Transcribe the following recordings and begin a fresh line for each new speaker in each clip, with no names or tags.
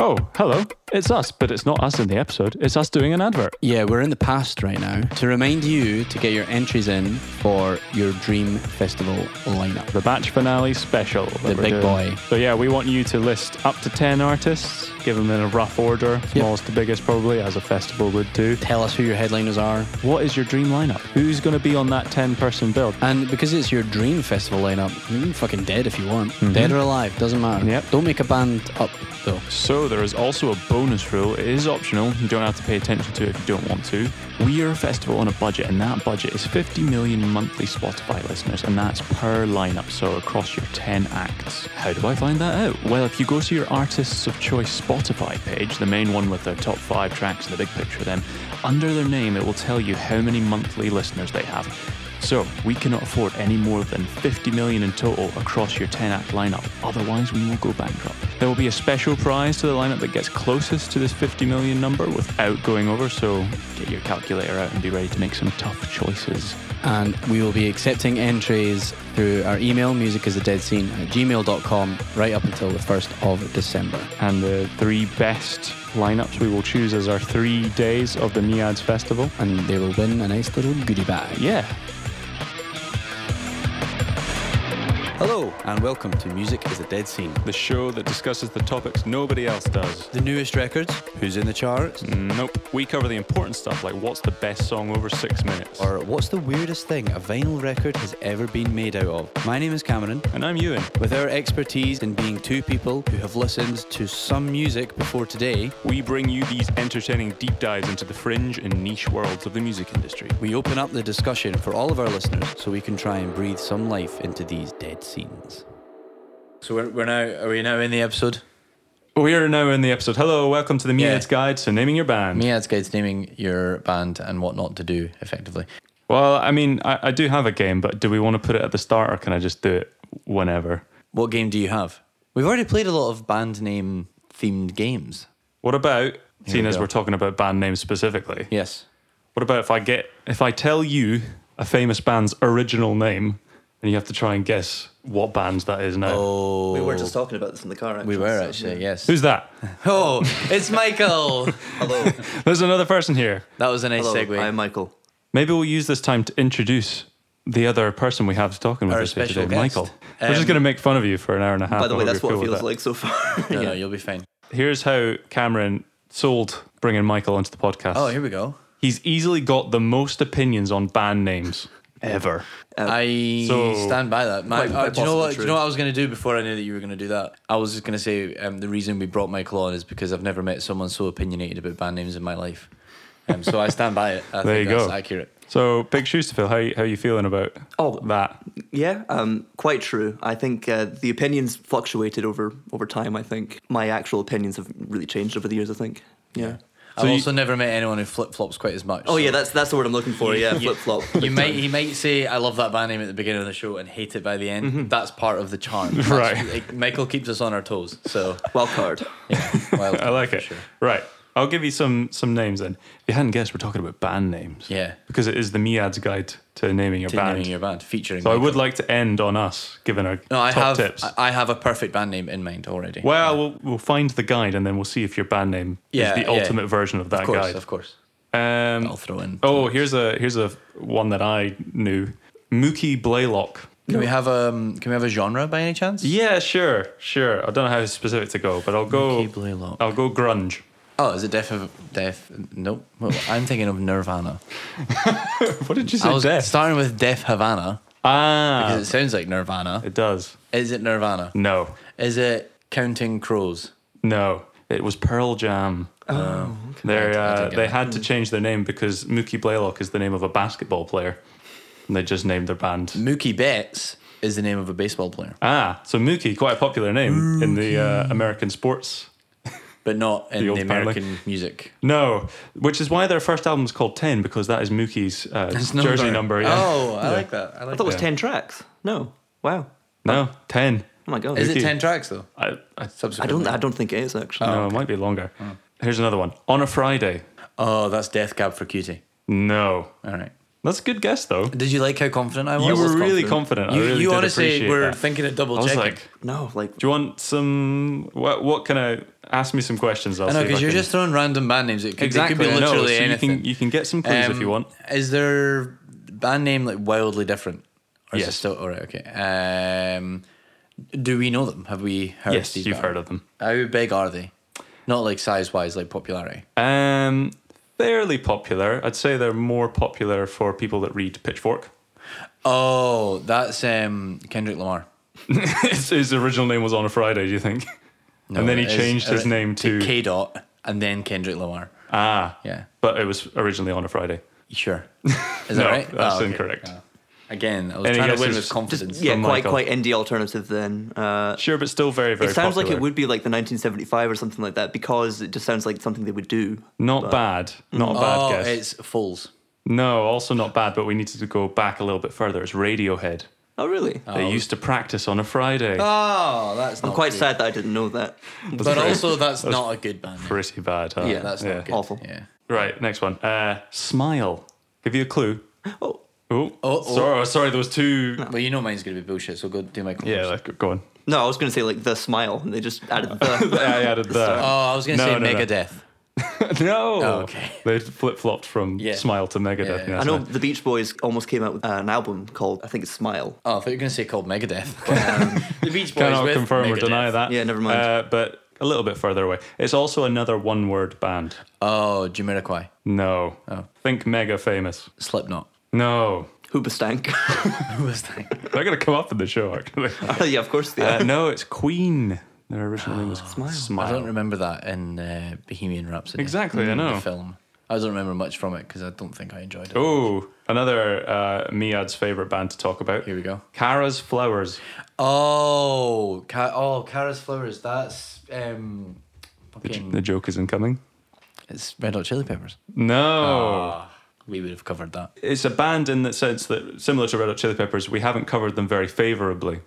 Oh, hello. It's us, but it's not us in the episode. It's us doing an advert.
Yeah, we're in the past right now to remind you to get your entries in for your dream festival lineup.
The batch finale special. that
The
we're
big
doing.
boy.
So, yeah, we want you to list up to 10 artists, give them in a rough order, smallest to biggest, probably, as a festival would do.
Tell us who your headliners are.
What is your dream lineup? Who's going to be on that 10 person build?
And because it's your dream festival lineup, you can fucking dead if you want. Dead or alive, doesn't matter.
Yep.
Don't make a band up though.
So there is also a bonus rule. It is optional. You don't have to pay attention to it if you don't want to. We are a festival on a budget, and that budget is 50 million monthly Spotify listeners, and that's per lineup, so across your 10 acts. How do I find that out? Well, if you go to your Artists of Choice Spotify page, the main one with their top five tracks and the big picture, then under their name, it will tell you how many monthly listeners they have. So, we cannot afford any more than 50 million in total across your 10 act lineup, otherwise, we will go bankrupt. There will be a special prize to the lineup that gets closest to this 50 million number without going over, so get your calculator out and be ready to make some tough choices.
And we will be accepting entries through our email, musicisadeadscene at gmail.com, right up until the 1st of December.
And the three best lineups we will choose as our three days of the NIADS Festival.
And they will win a nice little goodie bag.
Yeah,
Hello, and welcome to Music is a Dead Scene.
the show that discusses the topics nobody else does.
The newest records?
Who's in the charts?
Nope. We cover the important stuff like what's the best song over six minutes.
Or what's the weirdest thing a vinyl record has ever been made out of? My name is Cameron.
and I'm Ewan.
With our expertise in being two people who have listened to some music before today,
We bring you these entertaining deep dives into the fringe and niche worlds of the music industry.
we open up the discussion for all of our listeners so we can try and breathe some life into these dead scenes. So we're, we're now, are we now in the episode?
We are now in the episode. Hello, welcome to the
Yeah.
Meatheads Guide to Naming Your Band.
Yeah, it's guys naming your band and what not to do effectively.
Well, I mean, I, I do have a game, but do we want to put it at the start or can I just do it whenever?
What game do you have? We've already played a lot of band name themed games.
What about, seeing
we
as
go.
we're talking about band names specifically,
Yes.
what about if I get, if I tell you a famous band's original name and you have to try and guess what bands that is now?
Oh.
We were just talking about this in the car. Actually,
We were
so,
actually, yes.
Who's that?
Oh, it's Michael.
Hello,
There's another person here.
That was a nice
hello.
segue.
I'm Michael.
Maybe we'll use this time to introduce the other person we have talking with
Our
us here
special
today,
guest.
Michael. We're just
Um,
going to make fun of you for an hour and a half.
By the
I
way,
hope
that's
you're
what it
cool with
feels
that.
like so far.
no, no, you'll be fine.
Here's how Cameron sold bringing Michael onto the podcast.
Oh, here we go.
He's easily got the most opinions on band names ever.
I
Uh, So-
stand by that. My,
Quite-
uh,
quite
do you know
possibly
what? Do you
true.
know what I was going to do before I knew that you were going to do that? I was just going to say um, the reason we brought Michael on is because I've never met someone so opinionated about band names in my life. Um, so I stand by it. I
There
think
you go.
that's accurate.
So big shoes to fill. How how you feeling about
Oh.
that?
Yeah, um, quite true. I think uh, the opinions fluctuated over over time. I think my actual opinions have really changed over the years. I think. Yeah.
I've
you-
also never met anyone who flip flops quite as much.
Oh yeah,
so
that's that's the word I'm looking for. Yeah, flip flop.
You might he might say I love that band name at the beginning of the show and hate it by the end. That's part of the charm. That's-
Mm-hmm. Right.
like, Michael keeps us on our toes. So
Wild card.
wild
I like
for
it.
sure.
Right. I'll give you some some names then. If you hadn't guessed, we're talking about band names.
Yeah.
Because it is the Miad's guide to naming your
to
band.
naming your band featuring.
so I
Michael.
would like to end on us giving our
No, I
top
have
tips.
I- I have a perfect band name in mind already.
well, we'll we'll find the guide and then we'll see if your band name
Yeah,
is the
yeah.
ultimate version of that
of course,
guide.
of course.
Um,
I'll throw in.
Oh, here's a here's a one that I knew. Mookie Blaylock.
Can we have um? Can we have a genre by any chance?
Yeah, sure, sure. I don't know how specific to go, but I'll go.
Mookie Blaylock.
I'll go grunge.
Oh, is it Death of Death? Nope. Well, I'm thinking of Nirvana.
What did you
I
say?
was
death.
starting with Death Havana
ah,
because it sounds like Nirvana.
it does.
Is it Nirvana?
No,
Is it Counting Crows?
no. It was Pearl Jam. Oh, they
I
uh,
didn't get
they
it. Hmm.
had to change their name because Mookie Blaylock is the name of a basketball player, and they just named their band.
Mookie Betts is the name of a baseball player,
Ah, so Mookie, quite a popular name in the uh, American sports
but not in
The
the,
old family.
American music.
No, which is why their first album's called Ten because that is Mookie's uh, jersey number. Yeah.
Oh, I like that. I
I
like
thought it was
Yeah.
ten tracks. No. Wow.
no, ten.
Oh my god.
that. Is
Mookie.
it ten tracks though?
I, I,
I don't. I don't think it is
oh,
actually.
no, it might be longer. Here's another one. On a Friday.
Oh, that's Death Cab for Cutie.
No,
All right.
That's a good guess, though.
Did you like how confident I was?
You
was
were really
confident.
confident.
you,
I really
you
did
honestly
appreciate
were
that.
thinking of
I
double
was
checking.
like,
No, like
do you want some? What, what can I ask me some questions? I'll
I know
see if
because you're
can-
just throwing random band names. It could,
exactly.
it could be
I know,
literally
so
anything.
You can, you can get some clues if
Um,
you want.
Is their band name like wildly different? Or Is it
Yes.
still, all right. Okay. Um, do we know them? Have we heard?
Yes,
these
you've
band-
heard of them.
How big are they? Not like size wise, like popularity.
Um, fairly popular. I'd say they're more popular for people that read Pitchfork.
Oh, that's um, Kendrick Lamar.
his, his original name was on a Friday. Do you think? and then he
it is-
changed his
uh,
name to,
K Dot and then Kendrick Lamar.
Ah,
Yeah,
but it was originally on a Friday.
sure. Is that
No,
right?
that's
Oh, okay.
incorrect.
Oh. Again, I was
Any
trying to win
guesses?
with confidence.
yeah,
from
quite
Michael.
quite indie alternative then. Uh,
Sure, but still very very.
it sounds like
popular.
it would be like the 1975 or something like that because it just sounds like something they would do.
Not bad. Not a bad
oh,
guess.
it's Fools.
No, also not bad, but we needed to go back a little bit further. It's Radiohead.
Oh, really?
They used to practice on a Friday.
Oh, that's not
I'm quite
good.
sad that I didn't know that.
But also, that's, not a good band. name.
Pretty bad, huh?
Yeah, that's not good.
Awful.
Yeah.
Right, next one. Uh, smile. Give you a clue.
Oh,
Oh,
Oh, oh.
sorry, sorry, there was two.
Well, you know mine's gonna be bullshit, so go do my
Yeah,
clues.
like, go on.
no, I was going to say like the smile, and they just added the.
I added that.
Oh, I was gonna
No, no,
say
no.
Megadeth.
no.
Oh, okay.
They flip flopped from
Yeah.
smile to Megadeth.
Yeah,
Yeah,
I know the Beach Boys almost came out with an album called I think it's Smile.
Oh, I thought you were gonna say called Megadeth. But, um, the Beach Boys
Cannot
with
confirm or
Megadeth.
deny that.
Yeah, never mind.
Uh, but a little bit further away. It's also another one word band.
Oh, Jamiroquai,
No.
Oh.
Think mega famous.
Slipknot.
No.
Hoobastank.
Who was that?
They're going to come up in the show, actually.
yeah, of course they are.
Uh, no, it's Queen. Their original name was Smile.
I don't remember that in uh, Bohemian Rhapsody.
Exactly, I
The
know.
film. I don't remember much from it because I don't think I enjoyed it.
Oh, another uh, Miad's favorite band to talk about.
Here we go.
Cara's Flowers.
Oh, Ca- oh, Cara's Flowers. That's um, fucking.
The joke isn't coming.
it's Red Hot Chili Peppers. Oh.
No.
We would have covered that.
It's a band in the sense that, similar to Red Hot Chili Peppers, we haven't covered them very favorably.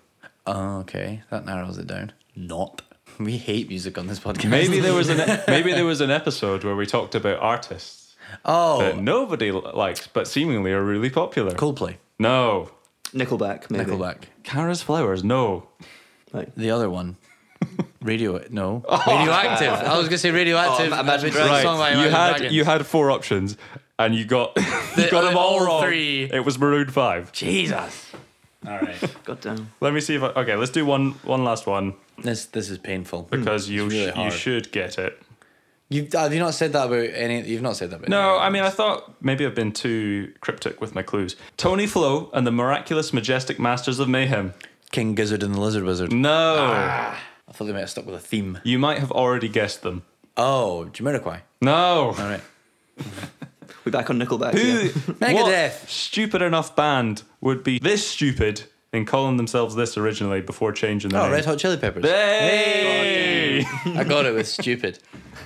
Oh, okay, that narrows it down. Not. We hate music on this podcast.
Maybe there was an e-, maybe there was an episode where we talked about artists that
Oh,
nobody l- likes but seemingly are really popular.
Coldplay,
No.
Nickelback, maybe.
Nickelback.
Cara's Flowers. No.
Right.
The other one. Radio no radioactive. I was gonna say radioactive.
Oh,
Oh, Imagine
Imagine Dragons.
Right.
song by
you
Imagine
had
Dragons.
you had four options and you got you
The-
got them all,
all
wrong.
three.
It was Maroon 5.
Jesus. All right.
God damn.
Let me see if I, okay, let's do one one last one
This this is painful.
because you
Hmm. really
sh- you
hard.
should get it.
You have you not said that about any? You've not said that about.
No,
any-
I mean I thought maybe I've been too cryptic with my clues. Tony Flo and the Miraculous Majestic Masters of Mayhem.
King Gizzard and the Lizard Wizard.
No.
Ah. I thought they might have stuck with a theme.
You might have already guessed them.
Oh, Jamiroquai.
No.
All right.
We're back on Nickelback.
Who-
Yeah.
Megadeth.
what Stupid enough band would be this stupid in calling themselves this originally before changing their
Oh,
name.
Red Hot Chili Peppers.
Hey!
I got it with stupid.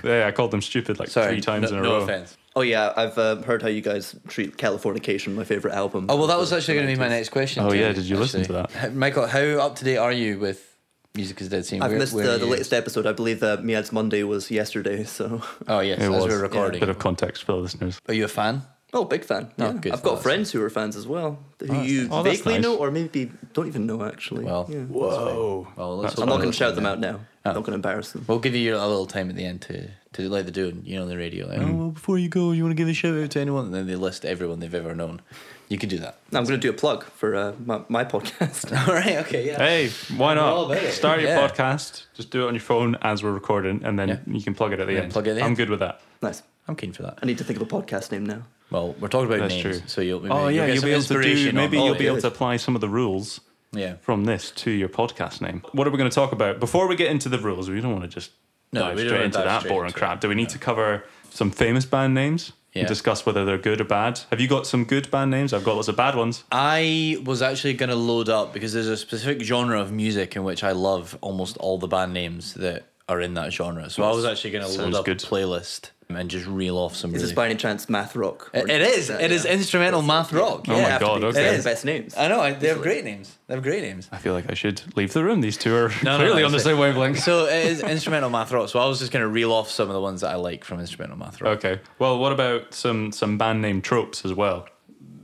yeah, I called them stupid like
Sorry.
three times
no,
in a
no
row.
offense.
Oh yeah, I've uh, heard how you guys treat Californication, my favorite album.
Oh well, that was actually going to be my next question.
Oh,
too,
yeah, did you listen to
actually. Michael? How up to date are you with music is dead scene?
I've
Where-
missed
where
the,
are
the
you?
latest episode. I believe uh, Miad's Monday was yesterday, so.
Oh yes,
It
as
was uh,
we're recording.
Bit of context for the listeners.
Are you a fan?
Oh, big fan.
Oh,
Yeah.
good.
I've got
That's
friends who are fans as well, who
that's
you
nice. Oh, that's
vaguely
nice.
know or maybe don't even know, actually.
Well,
Yeah.
Whoa.
Well, let's
I'm
hope
not
I
going to
listen
shout them
that.
out now.
Oh.
I'm not going to embarrass them.
We'll give you a little time at the end to to do like they do, on- you know, on the radio. Like, oh, well, before you go, you want to give a shout out to anyone, and then they list everyone they've ever known. You could do that.
I'm going to do a plug for uh, my, my podcast.
All right. Okay. Yeah.
Hey, why
all
not?
about it.
Start your
Yeah.
podcast. Just do it on your phone as we're recording, and then
Yeah.
you can plug it at the
Yeah,
end.
plug it at the
I'm
end.
good with that.
nice.
I'm keen for that.
I need to think of a podcast name now.
Well, we're talking about
That's
names,
true.
so you'll maybe,
Oh yeah,
you'll,
you'll,
get some
be able to do.
inspiration on
Maybe
all
you'll
of
be
it.
able to apply some of the rules
Yeah.
from this to your podcast name. What are we going to talk about before we get into the rules? We don't want to just
No,
dive
we don't
straight
wanna
into
dive
that
straight
boring
into it,
crap. Do we need to cover some famous band names
Yeah.
and discuss whether they're good or bad? Have you got some good band names? I've got lots of bad ones.
I was actually going to load up because there's a specific genre of music in which I love almost all the band names that are in that genre. So I was actually going to load
sounds
up
good.
a playlist and just reel off some.
Is
really
this by any chance math rock?
It- it is. It is instrumental math rock.
Oh
yeah,
my
I have to
God,
be-
okay.
They
It
have the
is.
best names.
I know. I, they have great names. They have great names.
I feel like I should leave the room. These two are
no,
clearly
no,
on the
it's-
same wavelength.
So it is instrumental math rock. So I was just going to reel off some of the ones that I like from instrumental math rock.
Okay. Well, what about some some band name tropes as well?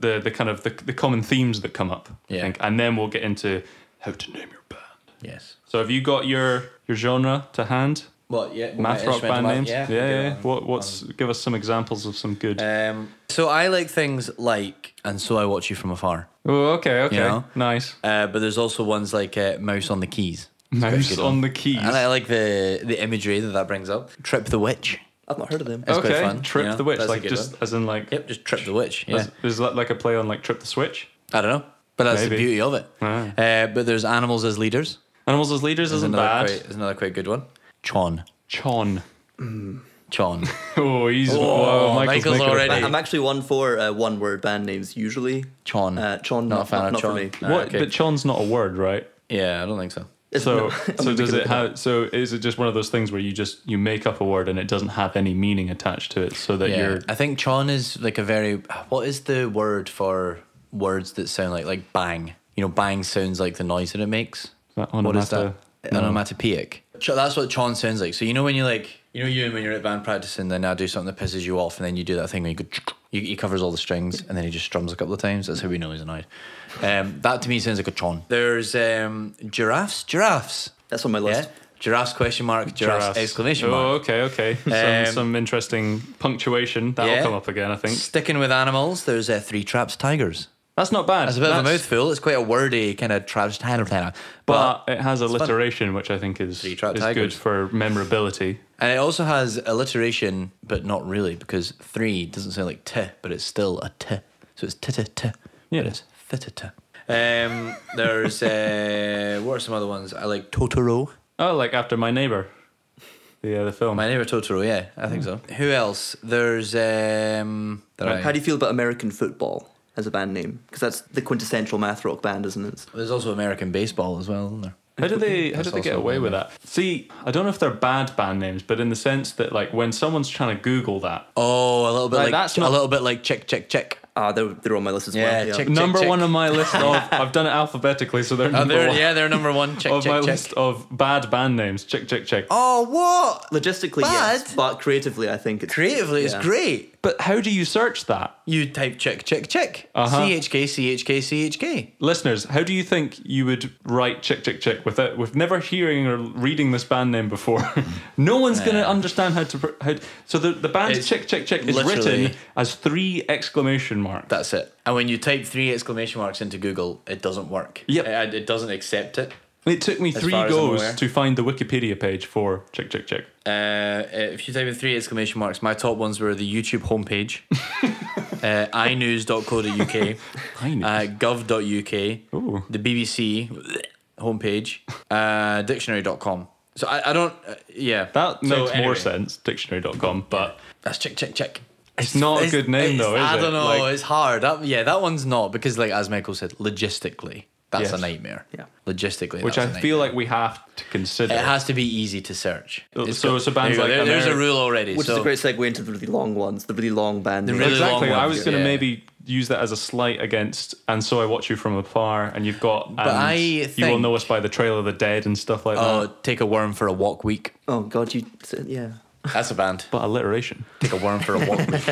the the kind of the, the common themes that come up. I
Yeah.
think, and then we'll get into how to name your band.
Yes.
So have you got your your genre to hand?
Well, yeah.
Math
my
rock band
instrumental
names.
math-
yeah. yeah,
um,
What what's give us some examples of some good.
Um, so I like things like "And So I Watch You From Afar,"
oh, okay, okay,
you know?
nice.
uh, but there's also ones like uh, "Mouse on the Keys." It's quite a
Mouse
good
on
one.
the keys.
And I like the the imagery that that brings up. Trip the witch.
I've not heard of them.
It's
okay,
quite fun,
trip
you know?
the witch,
That's a
like
good
just
one.
as in like
Yep, just trip the witch. Yeah,
Is, is that like a play on like Trip the Switch?
I don't know, but that's
Maybe.
the beauty of it.
Ah.
Uh, but there's animals as leaders.
Animals as Leaders
Is
isn't
another
bad.
Quite, is another quite good one. Chon,
Chon.
Chon.
Oh, he's.
Whoa,
whoa, Michael's,
Michael's
making a-
already-
I- I'm actually one for uh, one word band names usually.
Chon.
Uh, Chon,
Not a
not,
fan
not,
of
not
Chon.
for me.
No.
What?
Uh, okay.
But Chon's not a word, right?
yeah, I don't think so.
It's-
So,
no, I'm
so
gonna
does
look
it
up.
have? So is it just one of those things where you just you make up a word and it doesn't have any meaning attached to it, so that
Yeah,
you're
I think Chon is like a very. What is the word for words that sound like like bang? You know, bang sounds like the noise that it makes.
that
What is that?
onomata- no.
Onomatopoeic. Ch- That's what Chon sounds like. So you know when you like, you know, you when you're at band practice and then I do something that pisses you off, and then you do that thing where you go, you, he covers all the strings, and then he just strums a couple of times. That's how we know he's annoyed. Um, that to me sounds like a Chon. There's um, giraffes. Giraffes.
That's on my
Yeah.
list.
Giraffes question mark. Giraffes,
Giraffes.
exclamation mark.
Oh, okay, okay. some,
Um,
some interesting punctuation that'll
Yeah.
come up again, I think.
Sticking with animals, there's uh, three traps tigers.
That's not bad.
That's a bit of a
That's-
mouthful. It's quite a wordy kind of traps tiger. But,
but it has
fun.
alliteration, which I think is
Three
is
trapped
good
tigers.
for memorability.
and it also has alliteration, but not really because three doesn't sound like t, but it's still a t. So it's t t t.
Yeah.
but it's t t t. Um, there's uh, what are some other ones? I like Totoro.
Oh, like after my neighbor, the uh, the film.
My neighbor Totoro. Yeah, I think so. Who else? There's um. that I-
How do you feel about American football as a band name? Because that's the quintessential math rock band, isn't it?
there's also American baseball as well. Isn't there?
How do they how do
That's
they get
also
away
one,
with
yeah.
that? See, I don't know if they're bad band names, but in the sense that like when someone's trying to Google that,
Oh, a little bit
Like,
like,
that's
a
not-
little bit like check check check.
Ah, they're, they're on my list as
Yeah,
well. Yeah,
check-
number
check.
one on my list of I've done it alphabetically, so they're
Oh,
number
they're,
one
yeah, they're number one. Check
of
check
my
check.
list of bad band names. Check check check.
Oh, what?
Logistically, yes,
Bad?
but creatively, I think it's
Creatively, it's
yeah.
great.
But how do you search that,
You type check, check, check.
Uh-huh.
CHK, CHK, CHK.
listeners? How do you think you would write check check check without with never hearing or reading this band name before? no one's gonna understand how to pr- how. So the the band
It's
check check check is
literally-
written as three exclamation marks.
That's it. And when you type three exclamation marks into Google, it doesn't work.
Yep.
It, it doesn't accept it.
It took me three
far as I'm aware.
goes to find the Wikipedia page for check check check.
Uh, if you type in three exclamation marks, my top ones were the YouTube homepage, uh, inews.co.uk,
iNews.
uh, gov.uk,
Ooh.
the BBC homepage, uh, dictionary.com. So I, I don't, uh, yeah.
That
So
makes more
anyway,
sense, dictionary.com, but
That's check, check, check.
it's not a good name
it's-
though, is
I
it?
don't know.
Like,
it's hard. That, yeah, that one's not because, like as Michael said, logistically, that's
Yes.
a nightmare.
Yeah.
logistically,
which I
that's a
feel
nightmare.
like we have to consider.
it has to be easy to search.
So-
It's
so-
got-
so bands
there you
like
go. There- there's a
Ameri-
rule already.
Which
so
is a great segue into the really long ones, the really long band names.
really
exactly.
long
I
ones,
was going to
yeah.
maybe use that as a slight against, and so I watch you from afar, and you've got. And
I
you will
think-
know us by the Trail of the Dead and stuff like
Oh,
that.
take a worm for a walk week.
oh God, you said- yeah.
That's a band.
But alliteration.
take a worm for a walk week.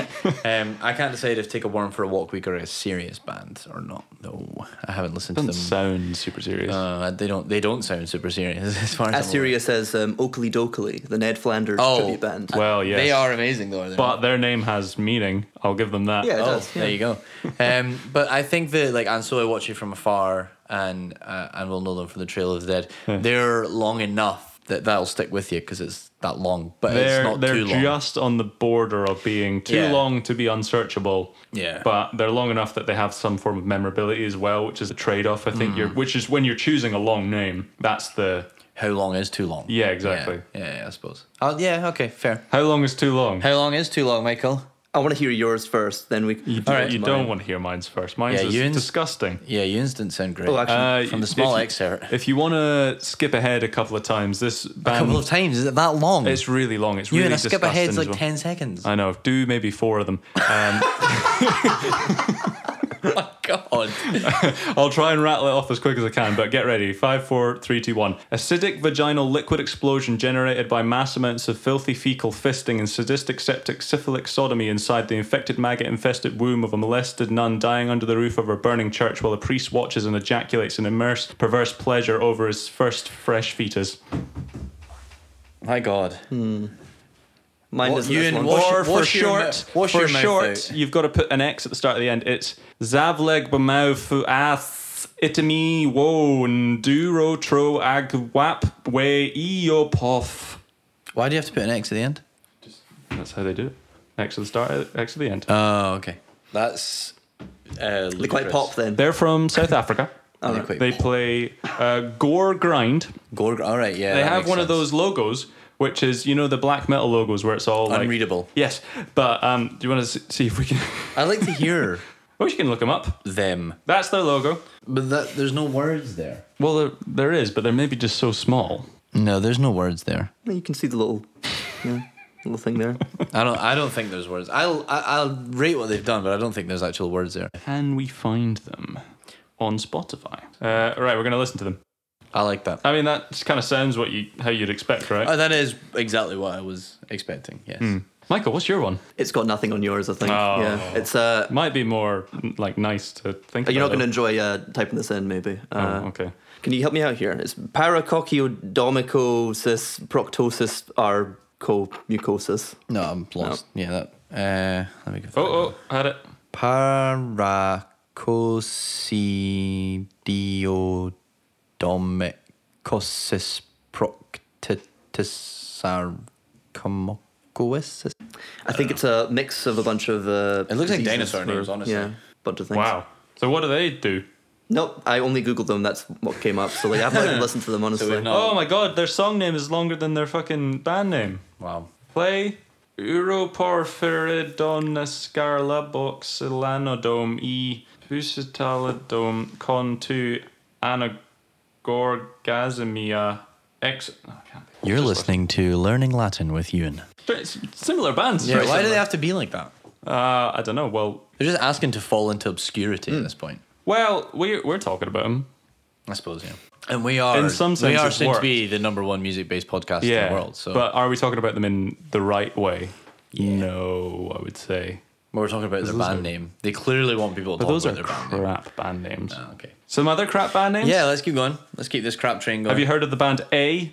Um, I can't decide if take a worm for a walk week are a serious band or not. No, I haven't listened to
Doesn't
them.
sound super serious.
Uh, they don't. They don't sound super serious as far as I'm
As
aware.
serious as um, Oakley Dokley, the Ned Flanders
Oh.
tribute band.
well, yes.
They are amazing though. are they not?
But their name has meaning. I'll give them that.
Yeah, it
Oh,
does. Yeah.
there you go. Um, but I think that like and so I watch it from afar, and uh, and we'll know them from the Trail of the Dead. They're long enough that that'll stick with you because it's that long, but
They're,
it's not
they're
too long.
just on the border of being too
Yeah.
long to be unsearchable.
Yeah.
But they're long enough that they have some form of memorability as well, which is a trade off, I think. You're,
Mm.
which is when you're choosing a long name, that's the.
How long is too long?
Yeah, exactly.
Yeah, yeah, I suppose. Oh, yeah. Okay, fair.
How long is too long?
How long is too long, Michael?
I want to hear yours first, then we.
You, do,
All
you don't want to hear mine's first. Mine's
Yeah,
is
Ewan's-
disgusting.
Yeah, you didn't sound great.
Oh, actually,
Uh,
from the small
if you,
excerpt.
If you want to skip ahead a couple of times, this
a couple
band
of times is it that long?
um, it's really long. It's
you
really
and a skip
disgusting
ahead's
as
like
well.
ten seconds.
I know. Do maybe four of them. Um,
God.
I'll try and rattle it off as quick as I can, but get ready. Five, four, three, two, one. Acidic vaginal liquid explosion generated by mass amounts of filthy fecal fisting and sadistic septic syphilic sodomy inside the infected maggot infested womb of a molested nun dying under the roof of her burning church while a priest watches and ejaculates in immersed perverse pleasure over his first fresh fetus.
My God.
Hmm.
Mine
What-
isn't
you
this
and
one.
what- Wash-
or for
wash your
short,
mou- wash
for
your mouth
short,
out.
you've got to put an X at the start of the end. It's Zavleg Bamau Fuath Itami Wo Nduro Tro Agwap We Eopof.
Why do you have to put an X at the end?
That's how they do it. X at the start, X at the end.
Oh, okay. That's. Uh,
They quite pop then.
They're from South Africa.
Really quick.
They play uh, Gore Grind.
Gorg- all right, yeah.
they
that
have
makes
one of
sense.
those logos, which is you know the black metal logos where it's all like-
Unreadable.
yes, but um, do you want to see if we can?
I like to hear
oh, you can look them up.
them,
That's their logo.
but that, there's no words there.
Well, there, there is, but they're maybe just so small.
No, there's no words there.
You can see the little, yeah, little thing there.
I don't. I don't think there's words. I'll. I- I'll rate what they've done, but I don't think there's actual words there.
Can we find them on Spotify? Uh, right, we're going to listen to them.
I like that.
I mean, that kind of sounds what you how you'd expect, right?
Oh, that is exactly what I was expecting. Yes.
Michael, what's your one?
It's got nothing on yours, I think.
Oh.
Yeah, it's uh,
Might be more like nice to think.
you're not
about,
going to
though.
enjoy uh, typing this in, maybe. Uh,
Oh, okay.
Can you help me out here? It's paracocchiodomycosis proctosis arcomucosis.
No, I'm lost. Yeah. That. Uh, let me go.
Oh, oh, had it.
Paracosidiodomycosis proctitisarcomocosis.
I think it's a mix of a bunch of. Uh,
It looks like
diseases.
dinosaur names, honestly.
Yeah, bunch of things.
Wow. So what do they do?
Nope, I only googled them. That's what came up. So like, I've not even listened to them honestly.
we're not-
Oh my god, their song name is longer than their fucking band name.
Wow.
Play Uroporphyridonascarlaboxylanodome E Pusitalidome con 2 Anagorgasmia X. Oh, I can't think.
You're listening to Learning Latin with Ewan.
It's similar bands.
Yeah,
very
why do
similar.
they have to be like that?
Uh, I don't know. Well,
They're just asking to fall into obscurity at this point.
well, we're, we're talking about them.
I suppose, yeah. And we are
In some sense,
we are
it's
soon to
worked.
be the number one music based podcast
Yeah.
in the world. So
But are we talking about them in the right way? No, I would say.
But we're talking about their
those
band
are-
name. They clearly want people to
But
talk
those are
about their band name.
crap band names.
Ah, okay.
Some other crap band names?
Yeah, let's keep going. Let's keep this crap train going.
Have you heard of the band A?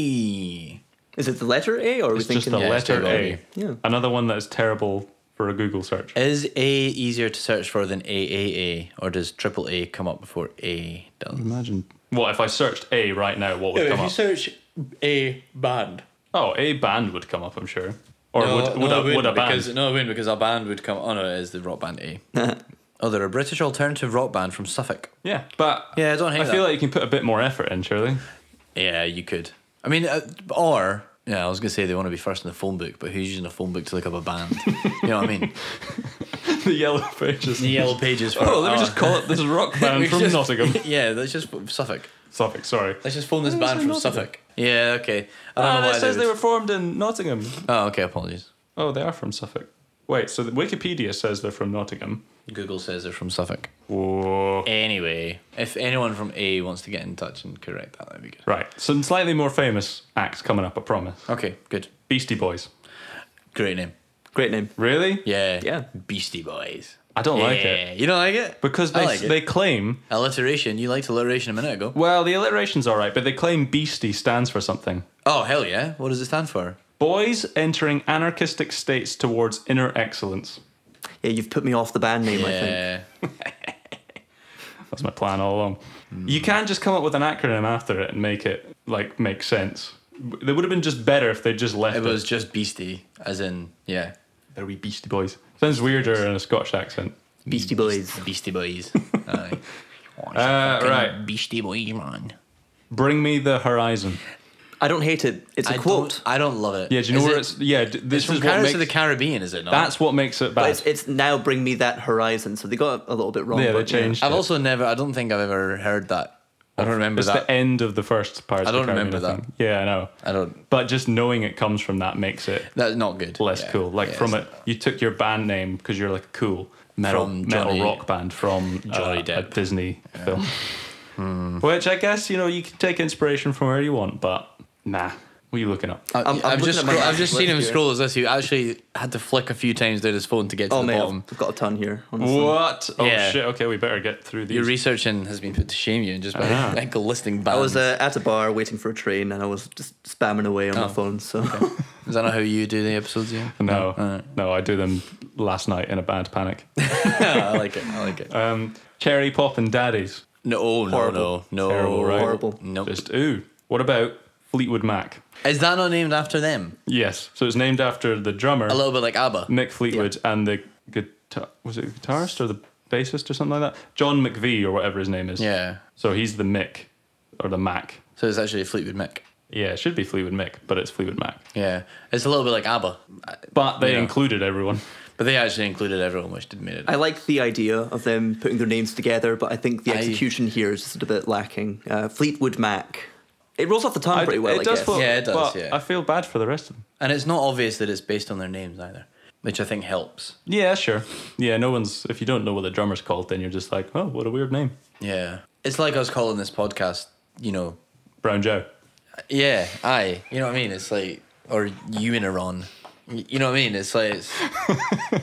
Hey.
Is it the letter A or are we
It's just
thinking?
the
Yeah, it's
letter A.
terrible.
Yeah.
Another one that is terrible for a Google search.
Is A easier to search for than AAA, or does triple A come up before A does?
Imagine. What if I searched A right now? What would come up?
search A band,
oh, A band would come up, I'm sure. Or would, would, a, would a band?
Because, no, it wouldn't because our band would come. Oh no, it is the rock band A. oh, they're a British alternative rock band from Suffolk.
yeah, but
Yeah, I don't hate
I feel
that.
like you can put a bit more effort in, surely.
Yeah, you could. I mean, uh, or yeah, I was gonna say they want to be first in the phone book, but who's using a phone book to look up a band? you know what I mean?
the Yellow Pages.
yellow pages. For
Oh, let me just call it this rock band from Nottingham.
yeah, let's just Suffolk.
Suffolk, sorry.
Let's just
Oh,
phone this band from Suffolk. Yeah, okay. I don't know
Ah,
why
that says
would-
they were formed in Nottingham.
Oh, okay. Apologies.
Oh, they are from Suffolk. Wait, so the Wikipedia says they're from Nottingham.
Google says they're from Suffolk.
Whoa.
Anyway, if anyone from A wants to get in touch and correct that, that'd be good.
Right, some slightly more famous acts coming up, I promise.
Okay, good.
Beastie Boys.
Great name.
Great name.
Really?
Yeah.
Yeah.
Beastie Boys.
I don't like it.
Yeah. You don't like it?
Because
I
they,
like it.
they claim,
Alliteration. You liked alliteration a minute ago.
well, the alliteration's all right, but they claim beastie stands for something.
Oh, hell yeah. What does it stand for?
Boys entering anarchistic states towards inner excellence.
Yeah, you've put me off the band name. I think.
Yeah.
That's my plan all along.
Hmm.
You can't just come up with an acronym after it and make it, like, make sense. They would have been just better if they just left
It
it.
was just beastie, as in, yeah.
They're wee beastie boys. Sounds weirder in a Scottish accent.
Beastie Boys.
Beastie Boys. Aye.
Uh, right.
Beastie Boys, man.
Bring me the horizon.
I don't hate it. It's a
I
quote.
Don't, I don't love it.
Yeah, do you know
Is
where
it-
it's? Yeah, d- this
It's from
is what
Pirates
makes,
of the Caribbean, is it not?
that's what makes it
But
bad.
it's, it's now bring me that horizon. So they got a little bit wrong.
yeah, they
but,
changed.
I've
it.
also never. I don't think I've ever heard that. I don't remember
It's
that.
the end of the first Pirates.
I
of the
don't
Caribbean,
remember that.
think. Yeah, I know.
I don't.
But just knowing it comes from that makes it
That's not good.
less
Yeah.
cool. Like
Yeah,
from
it's-
it, you took your band name because you're like cool. metal,
From Johnny-
metal rock band from uh,
Johnny
a
Depp. Hmm.
Disney film. Which I guess, you know, you can take inspiration from where you want, but nah. What are you looking up?
I,
I'm-
have
I'm looking
just
at my
scroll- I've just seen
list
him
here.
scroll his list. He actually had to flick a few times down his phone to get to
Oh
the
man,
bottom.
I've got a ton here. Honestly.
What? Oh
Yeah.
shit! Okay, we better get through these.
Your researching has been put to shame you just by
Ah.
like listing
I
bands.
was uh, at a bar waiting for a train, and I was just spamming away on
Oh.
my phone. So uh,
Is that not how you do the episodes? Yeah.
no,
Alright.
no, I do them last night in a bad panic.
I like it. I like it.
Um, Cherry Pop and Daddies.
No, oh, no,
Horrible.
no, no.
Terrible, right?
Horrible.
Nope.
Just ooh. What about Fleetwood Mac?
Is that not named after them?
Yes. So it's named after the drummer
A little bit like ABBA.
Nick Fleetwood and the guitar was it guitarist or the bassist or something like that? John McVie or whatever his name is.
Yeah.
So he's the Mick or the Mac.
So it's actually Fleetwood Mac.
Yeah, it should be Fleetwood Mick, but it's Fleetwood Mac.
Yeah. It's a little bit like ABBA.
But they
Yeah.
included everyone.
But they actually included everyone, which did made it.
I like the idea of them putting their names together, but I think the
I-
execution here is just a bit lacking. Uh, Fleetwood Mac. It rolls off the tongue
I-
pretty well.
it
I
does
guess.
flow-
Yeah, it does,
but
yeah.
I feel bad for the rest of them.
and it's not obvious that it's based on their names either, which I think helps.
Yeah, sure. Yeah, no one's. If you don't know what the drummer's called, then you're just like, oh, what a weird name,
Yeah. It's like us calling this podcast, you know,
Brown Joe.
yeah, aye. You know what I mean? It's like, or you in Iran. Y- You know what I mean? It's like, it's,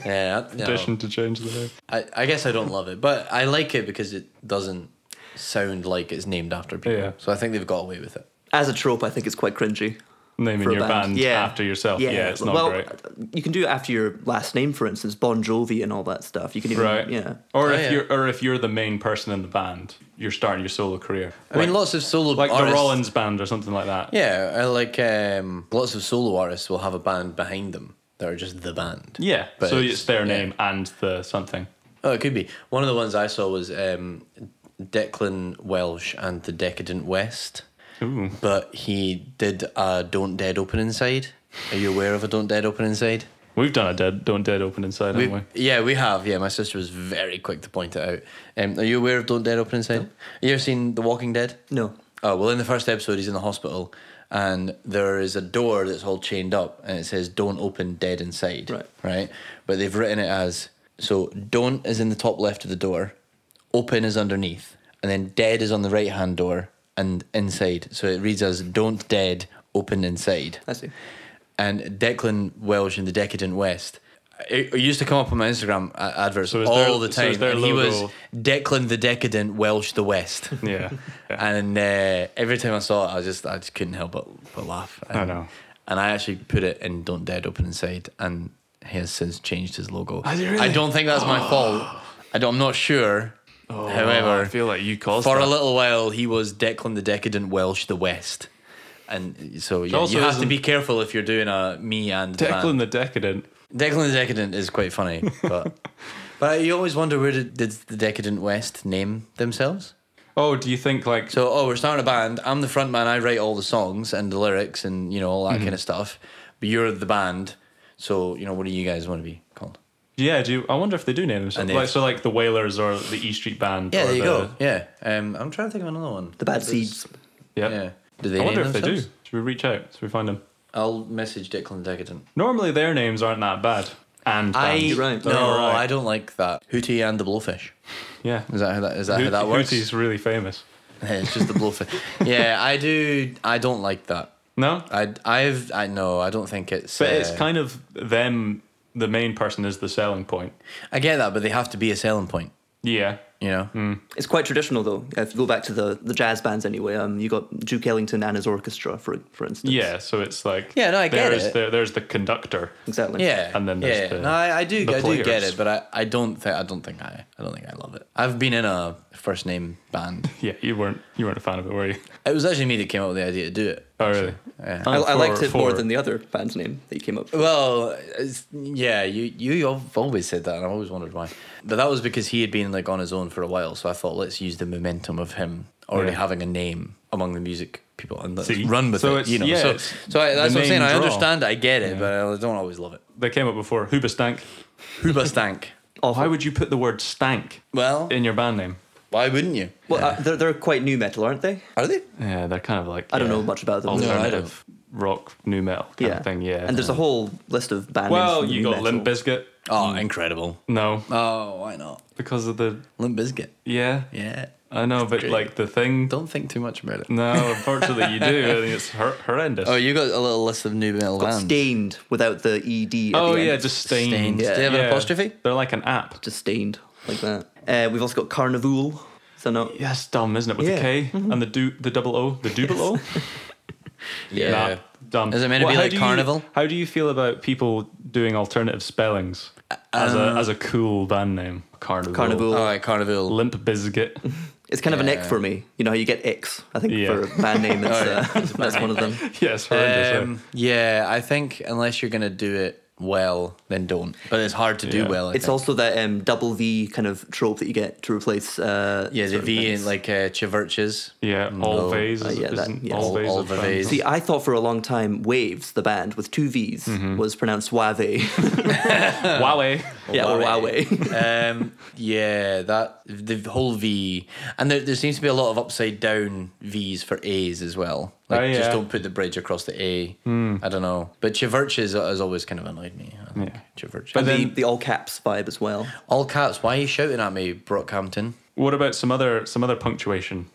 yeah. I- no.
Addition to change the name.
I, I guess I don't love it, but I like it because it doesn't sound like it's named after people.
Yeah.
So I think they've got away with it.
As a trope, I think it's quite cringy.
Naming
for a
your band, after yourself. Yeah, it's not
well,
great.
You can do it after your last name, for instance, Bon Jovi and all that stuff. You can even,
Right.
yeah.
Or
Oh,
if
yeah.
you're, or if you're the main person in the band, you're starting your solo career.
I mean, lots of solo
like
artists.
the Rollins band or something like that.
Yeah, I like um, lots of solo artists will have a band behind them that are just the band.
Yeah.
But
so it's,
it's-
their
yeah.
name and the something.
Oh, it could be. One of the ones I saw was um, Declan Welsh and the Decadent West,
Ooh.
but he did a Don't Dead Open Inside. Are you aware of a Don't Dead Open Inside?
We've done a dead don't dead open inside,
We-
haven't we?
yeah, we have. Yeah, my sister was very quick to point it out. Um, are you aware of Don't Dead Open Inside? You ever seen The Walking Dead?
No.
Oh well, in the first episode, he's in the hospital, and there is a door that's all chained up, and it says "Don't open, dead inside."
Right.
Right. But they've written it as so. Don't is in the top left of the door, open is underneath, and then dead is on the right hand door and inside. So it reads as "Don't dead, open inside."
I see.
and Declan Welsh in the Decadent West. It it used to come up on my Instagram uh, adverts
So is
all
their-
the
so
time.
is their
and he was
logo-
Declan the Decadent, Welsh the West.
Yeah. Yeah.
And uh, every time I saw it, I just I just couldn't help but, but laugh. And,
I know.
And I actually put it in "Don't Dead Open Inside," and he has since changed his logo.
Has he really?
I don't think that's my fault. I don't, I'm not sure.
Oh, I
However,
feel like you caused
for
that.
a little while, he was Declan the Decadent, Welsh the West. And so yeah,
also
you have to
isn't-
be careful if you're doing a me and the
Declan
band.
the Decadent.
Declan the Decadent is quite funny, but but you always wonder where did, did the Decadent West name themselves?
Oh, do you think like
So, oh, we're starting a band. I'm the front man. I write all the songs and the lyrics and you know all that
Mm-hmm.
kind of stuff. But you're the band, so you know what do you guys want to be called?
Yeah, do you, I wonder if they do name themselves
And
like
they-
so like the Whalers or the E Street Band.
Yeah,
or
there you
the,
go. Yeah, um, I'm trying to think of another one.
The Bad
There's-
Seeds.
Yeah.
Yeah. Do they?
I wonder
name
if they do.
themselves?
Should we reach out? Should we find them?
I'll message Declan the Decadent.
Normally their names aren't that bad. And
I
bands.
right.
no,
They're alright.
I don't like that. Hootie and the Blowfish.
yeah.
Is that how that is that how
Hoot-
that works?
Hootie's really famous.
it's just the Blowfish. yeah, I do. I don't like that.
No,
I I've I know I don't think it's.
but it's
uh,
kind of them. The main person is the selling point.
I get that, but they have to be a selling point.
Yeah.
You know.
Hmm.
It's quite traditional, though. If you go back to the, the jazz bands anyway, um, you got Duke Ellington and his orchestra, for for instance.
Yeah. So it's like
Yeah, no, I get
there's
it.
The, there's the conductor.
Exactly.
Yeah,
And then
yeah,
there's the-
no, I, I do,
the
I do get
players.
it, but I, I don't think, I don't think I, I don't think I love it. I've been in a first name band.
Yeah, you weren't you weren't a fan of it, were you?
It was actually me that came up with the idea to do it.
Oh really?
Yeah.
I, I liked it more
the.
than the other band's name that you came up with.
Well, it's, yeah, you you've always said that, and I've always wondered why. But that was because he had been like on his own for a while, so I thought let's use the momentum of him already
Yeah.
having a name among the music people and let's
See?
run with
So
it.
it's-
You know,
yeah,
so
it's
so I, that's
the
what I'm saying.
name
I
draw.
understand, it, I get it, but I don't always love it.
They came up before. Hoobastank.
Hooba stank.
Why would you put the word stank
Well,
in your band name?
why wouldn't you?
Well, uh, they're, they're quite new metal, aren't they?
Are they?
Yeah, they're kind of like
I don't know much about them.
No, I
alternative. rock, new metal kind
yeah.
of thing. Yeah.
And there's a whole list of band. names
Well,
from
you
new
got
metal.
Limp Bizkit.
Oh, incredible.
No,
Oh, why not?
because of the
Limp Bizkit.
yeah.
Yeah.
I know, but
great.
like the thing.
Don't think too much about it.
No, unfortunately, you do. I think it's hor- horrendous.
Oh, you got a little list of new metal
Got
bands.
stained without the ed. At
Oh,
the
yeah,
end.
just stained.
Stained.
Yeah.
Do they have an apostrophe?
They're like an app.
just stained like that. Uh, we've also got Carnival. So no,
Yeah, it's dumb, isn't it? With the
Yeah.
K and the do the double O, the double O. Nah, dumb.
Is it meant to be
how
like
do you-
Carnival?
how do you feel about people doing alternative spellings as a as a cool band name? Carnival.
Carnival.
All right, Um, Carnival.
Limp Bizkit.
It's kind of an
Yeah.
ick for me. You know how you get X. I think
Yeah. Oh,
for a band name, it's, uh, that's one of them.
yeah, it's horrendous. right?
Um, yeah, I think unless you're gonna do it well, then don't. But it's hard to do
Yeah.
well. I
It's
think.
also that um, double V kind of trope that you get to replace. Uh,
yeah, the
certain
V
things.
in like uh, Chiverches.
Yeah, all
No.
phase
Uh,
is,
yeah, that-
isn't
yes.
all
All-
phase.
all
of fans.
phase.
See, I thought for a long time Waves, the band with two V's,
Mm-hmm.
was pronounced Wave. yeah,
Huawei.
or
Huawei.
Huawei.
um, yeah, that the whole V, and there, there seems to be a lot of upside down V's for A's as well. Like,
Oh,
just
yeah. Hmm.
don't put the bridge across the A. I don't know, but Chiverches has always kind of annoyed me. I think.
Yeah.
Chiverches.
But
and the,
then-
the all caps vibe as well.
all caps. Why are you shouting at me, Brockhampton?
What about some other some other punctuation?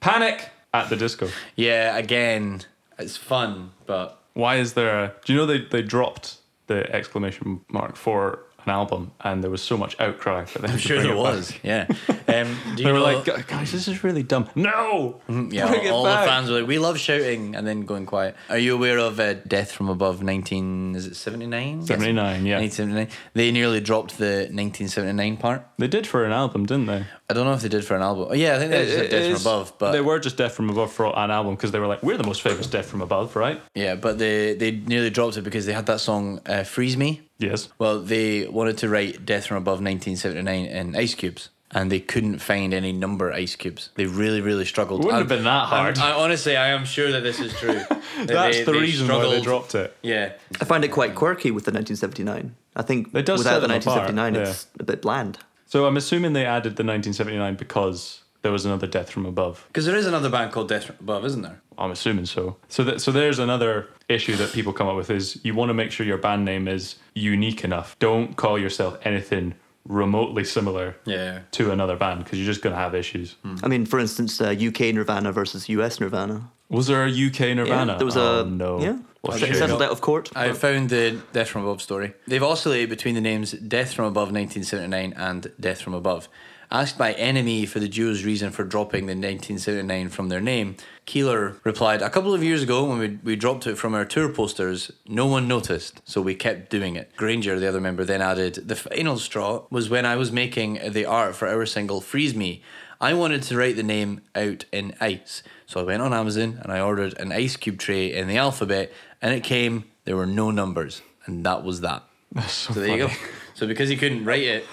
Panic at the disco.
Yeah, again, it's fun, but
Why is there a? Do you know they they dropped the exclamation mark for an album, and there was so much outcry for them.
I'm sure there was. Yeah. Um, do you
They were
know- Mm-hmm,
like, "Gu- guys, this is really dumb. No,
yeah,
bring it
all
back."
the fans were like, we love shouting, and then going quiet. Are you aware of uh, Death from Above 19, is it 79?
79, yeah.
1979. They nearly dropped the 1979 part.
They did for an album, didn't they?
I don't know if they did for an album. Oh, yeah, I think they just
It-
did
it
Death
is-
from Above, but
they were just Death from Above for an album because they were like, we're the most famous Death from Above, right?
yeah, but they, they nearly dropped it because they had that song uh, Freeze Me.
Yes.
Well, they wanted to write Death from Above 1979 in Ice Cubes. And they couldn't find any number ice cubes. They really, really struggled.
Wouldn't
I'm-
have been that hard.
I'm- I, honestly, I am sure that this is true. That
That's
they-
the
they
reason why they
struggled.
dropped it.
Yeah.
I find it quite quirky with the 1979. I think
Mm. It does set
without the
them apart,
1979,
yeah.
it's a bit bland.
So I'm assuming they added the 1979 because there was another Death from Above.
Because there is another band called Death from Above, isn't there?
I'm assuming so. So that so there's another issue that people come up with is you want to make sure your band name is unique enough. Don't call yourself anything remotely similar
Yeah. Hmm.
to another band because you're just going to have issues.
I mean, for instance, uh, UK Nirvana versus US Nirvana.
Was there a UK Nirvana?
Yeah, there was
oh,
a
no.
Yeah,
Well,
It
shit.
settled out of court.
I found the Death from Above story. They've oscillated between the names Death from Above 1979 and Death from Above. Asked by Enemy for the duo's reason for dropping the 1979 from their name, Keeler replied, A couple of years ago, when we, we dropped it from our tour posters, no one noticed, so we kept doing it. Granger, the other member, then added, The final straw was when I was making the art for our single Freeze Me. I wanted to write the name out in ice, so I went on Amazon and I ordered an ice cube tray in the alphabet, and it came. There were no numbers, and that was that.
so
So there you go.
funny.
So because he couldn't write it,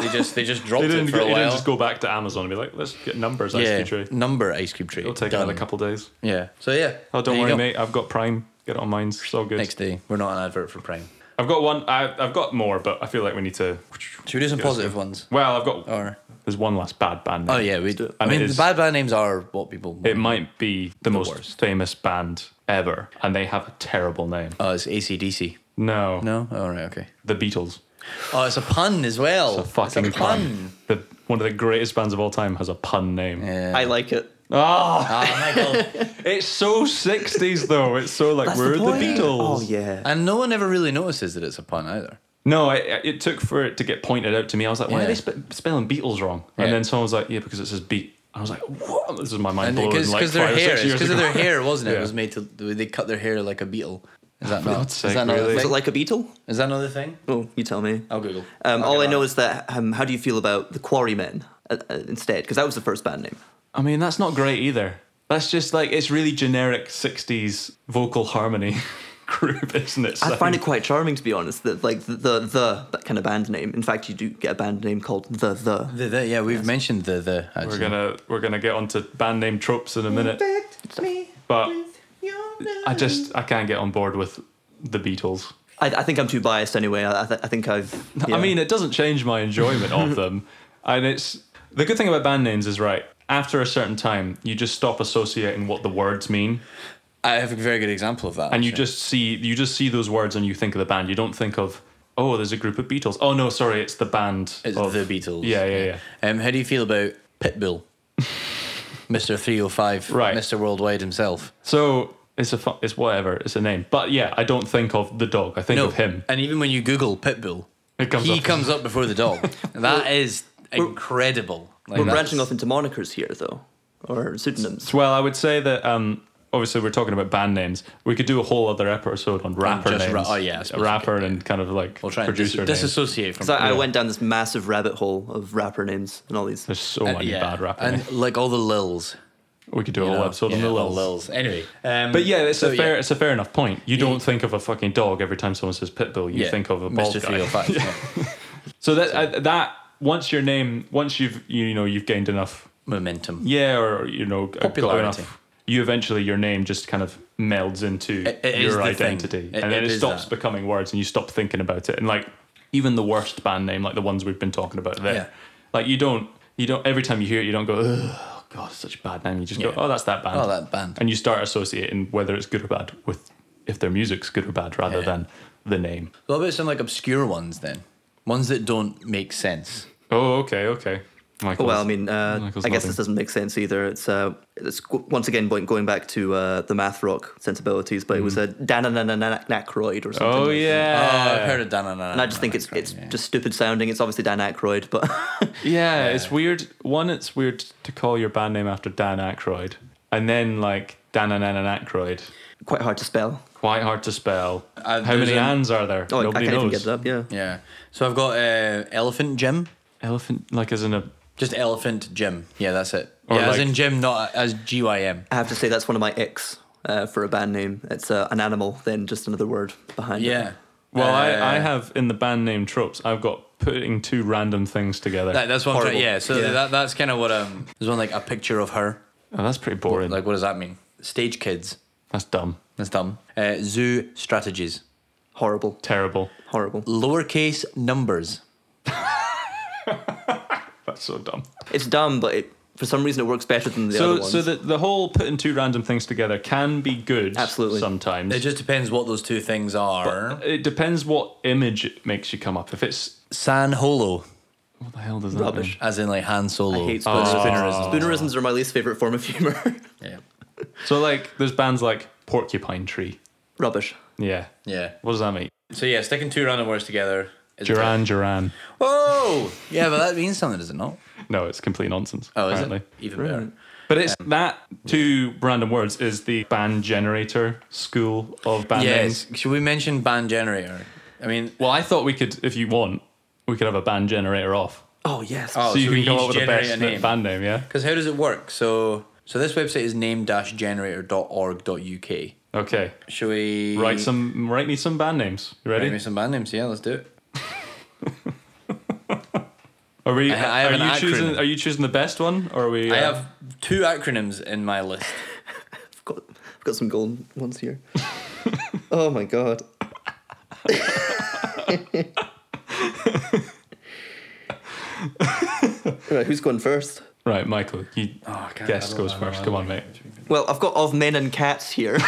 they just they just dropped
They
it
didn't,
for
go-
a
they didn't
while.
just go back to Amazon and be like, let's get numbers. Ice
yeah,
Cube Tray.
number ice cube tray.
It'll take
Done.
another couple days.
Yeah. So yeah.
Oh, don't
there you
worry,
go.
mate. I've got Prime. Get it on mine. It's all good.
Next day, we're not an advert for Prime.
I've got one. I, I've got more, but I feel like we need to.
Should we do some
Yes,
positive
yeah.
ones?
Well, I've got.
Or
There's one last bad band. Name.
oh yeah, we.
do it.
I
And it
mean,
is-
the bad band names are what people.
It might be the, most
worst.
famous band ever, and they have a terrible name.
Oh, it's ACDC.
No,
No. All right. Okay.
the Beatles.
Oh, it's a pun as well.
A fucking
it's a pun.
The one of the greatest bands of all time has a pun name.
Yeah.
I like it.
Ah,
Ah, Michael.
it's so '60s though. It's so like
That's
we're the,
point.
Beatles.
Oh yeah.
And no one ever really notices that it's a pun either.
No, I, I- it took for it to get pointed out to me. I was like, why are
Yeah.
they spe- spelling Beatles wrong?
Yeah.
And then someone was like, yeah, because it says beat. I was like, what? This is my mind
And
blowing.
because
like
their
five or
hair,
six
it's
years
because of
ago.
their hair, wasn't it?
Yeah.
It was made to they cut their hair like a beetle. Is that not?
God's sake,
is that not
really?
a
Is it
thing?
like a beetle?
Is that another thing?
Oh, you tell me.
I'll Google. I'll
Um, all I
get
know
that.
is that. Um, how do you feel about the Quarrymen uh, uh, instead? Because that was the first band name.
I mean, that's not great either. That's just like, it's really generic 60s vocal harmony group, isn't it?
I find it quite charming, to be honest. That like the, the the that kind of band name. In fact, you do get a band name called the the.
The, the, yeah, we've mentioned the the. Actually.
We're gonna we're gonna get onto band name tropes in a minute, but I just I can't get on board with the Beatles.
I, I think I'm too biased anyway. I, I, th- I think I've. yeah.
I mean, it doesn't change my enjoyment of them. And it's the good thing about band names is right. After a certain time, you just stop associating what the words mean
I have a very good example of that.
and you
actually.
just see you just see those words and you think of the band. You don't think of oh, there's a group of Beatles. Oh no, sorry, it's the band.
It's
of
the Beatles.
Yeah, yeah, yeah.
Um, how do you feel about Pitbull, Mr. 305,
Right.
Mr. Worldwide himself?
So it's a fu- it's whatever. It's a name, but yeah, I don't think of the dog. I think of him.
And even when you Google Pitbull,
It comes
he
up.
comes up before the dog. that is incredible. Like,
We're
that's-
branching off into monikers here, though, or pseudonyms.
Well, I would say that um, obviously we're talking about band names. We could do a whole other episode on rapper
just
names.
ra- oh, yeah, I suppose we
rapper and kind of like
We'll try and dis-
producer names.
disassociate from.
Because I, I went down this massive rabbit hole of rapper names and all these.
There's so
and-
many bad rapper
Uh, and
names.
like all the lils.
We could do a
you
whole
know,
episode on
yeah,
the
all
Oh, Lils.
Anyway, um,
But yeah, it's
so
a fair it's a fair enough point. You don't think of a fucking dog every time someone says pitbull. You
yeah,
think of a bald
Mr.
guy.
305. yeah.
So that I, that once your name, once you've you, know you've gained enough,
Momentum.
yeah, or you know got
Popularity.
enough, you eventually your name just kind of melds into
It- it is
your
the thing.
identity,
It-
and
it
then it,
is
stops
that.
becoming words, and you stop thinking about it, and like even the worst band name, like the ones we've been talking about there,
Yeah.
like you don't you don't every time you hear it, you don't go. Oh, God, such a bad name. You just go,
Yeah.
oh, that's that band.
Oh, that band.
And you start associating whether it's good or bad with if their music's good or bad rather
Yeah.
than the name.
What about some like obscure ones then? Ones that don't make sense.
Oh, okay, okay. Michael's-
well, I mean, uh,
Michael's
I guess
nodding.
this doesn't make sense either. It's uh, it's g- once again going going back to uh, the math rock sensibilities, but it was a Dananananacroid or something.
Mm. Oh
like that.
Oh,
yeah.
I've heard of Dan
And I just
Oh,
think it's it's just stupid sounding. It's obviously Dan Aykroyd, but
Yeah, it's weird. One, it's weird to call your band name after Dan Aykroyd, and then like Dan and Anna Aykroyd.
quite hard to spell.
Quite hard to spell.
Uh,
How
there's
many
an-
ands are there?
Oh,
Nobody
I can't
knows.
even get that. Yeah.
Yeah. So I've got uh, Elephant Jim.
Elephant, like as in a.
Just Elephant Jim. Yeah, that's it.
Or
yeah, as
like-
in Jim, not as G Y M.
I have to say that's one of my icks uh, for a band name. It's uh, an animal, then just another word behind it.
Yeah.
Well,
Uh,
I, I have in the band name tropes. I've got putting two random things together.
That, that's what I'm trying.
Horrible.
Yeah. So
Yeah.
That, that's kind of what um. There's one like a picture of her.
oh, that's pretty boring.
Like, what does that mean? Stage kids.
that's dumb.
That's dumb. Uh, zoo strategies.
Horrible.
Terrible.
Horrible.
Lowercase numbers.
That's so dumb.
It's dumb, but it, for some reason it works better than the other
So,
ones.
so the, the whole putting two random things together can be good.
Absolutely.
Sometimes
It just depends what those two things are.
it depends what image it makes you come up. If it's
San Holo,
what the hell does that
Rubbish.
mean?
as in like Han Solo.
I hate
but
spoonerisms.
Ah.
spoonerisms.
Spoonerisms are my least favorite form of humor.
Yeah.
So like, there's bands like Porcupine Tree.
Rubbish.
Yeah.
Yeah.
What does that mean?
So yeah, sticking two random words together. Is
Duran Duran.
Oh, yeah, but that means something, does it not?
No, it's complete nonsense.
Oh, is
apparently.
it Um, even better?
But it's that two random words is the band generator school of band names.
Yes. Should we mention band generator? I mean,
Well, I thought we could, if you want, we could have a band generator off.
Oh yes.
Oh,
So you
so
can
we
come
each
up with the
generate
best
a name.
band name, yeah?
because how does it work? So, so this website is name-generator.org.uk.
Okay.
Should we
Write some, write me some band names. You
Write me
ready?
some band names. Yeah, let's do it.
Are we?
I ha- I have
are
an
you choosing?
acronym.
Are you choosing the best one, or are we?
I
uh,
have two acronyms in my list.
I've got, I've got some golden ones here. oh my god. right, who's going first?
right, Michael. You
Oh,
guest goes first. Come on, mate.
Well, I've got of men and cats here,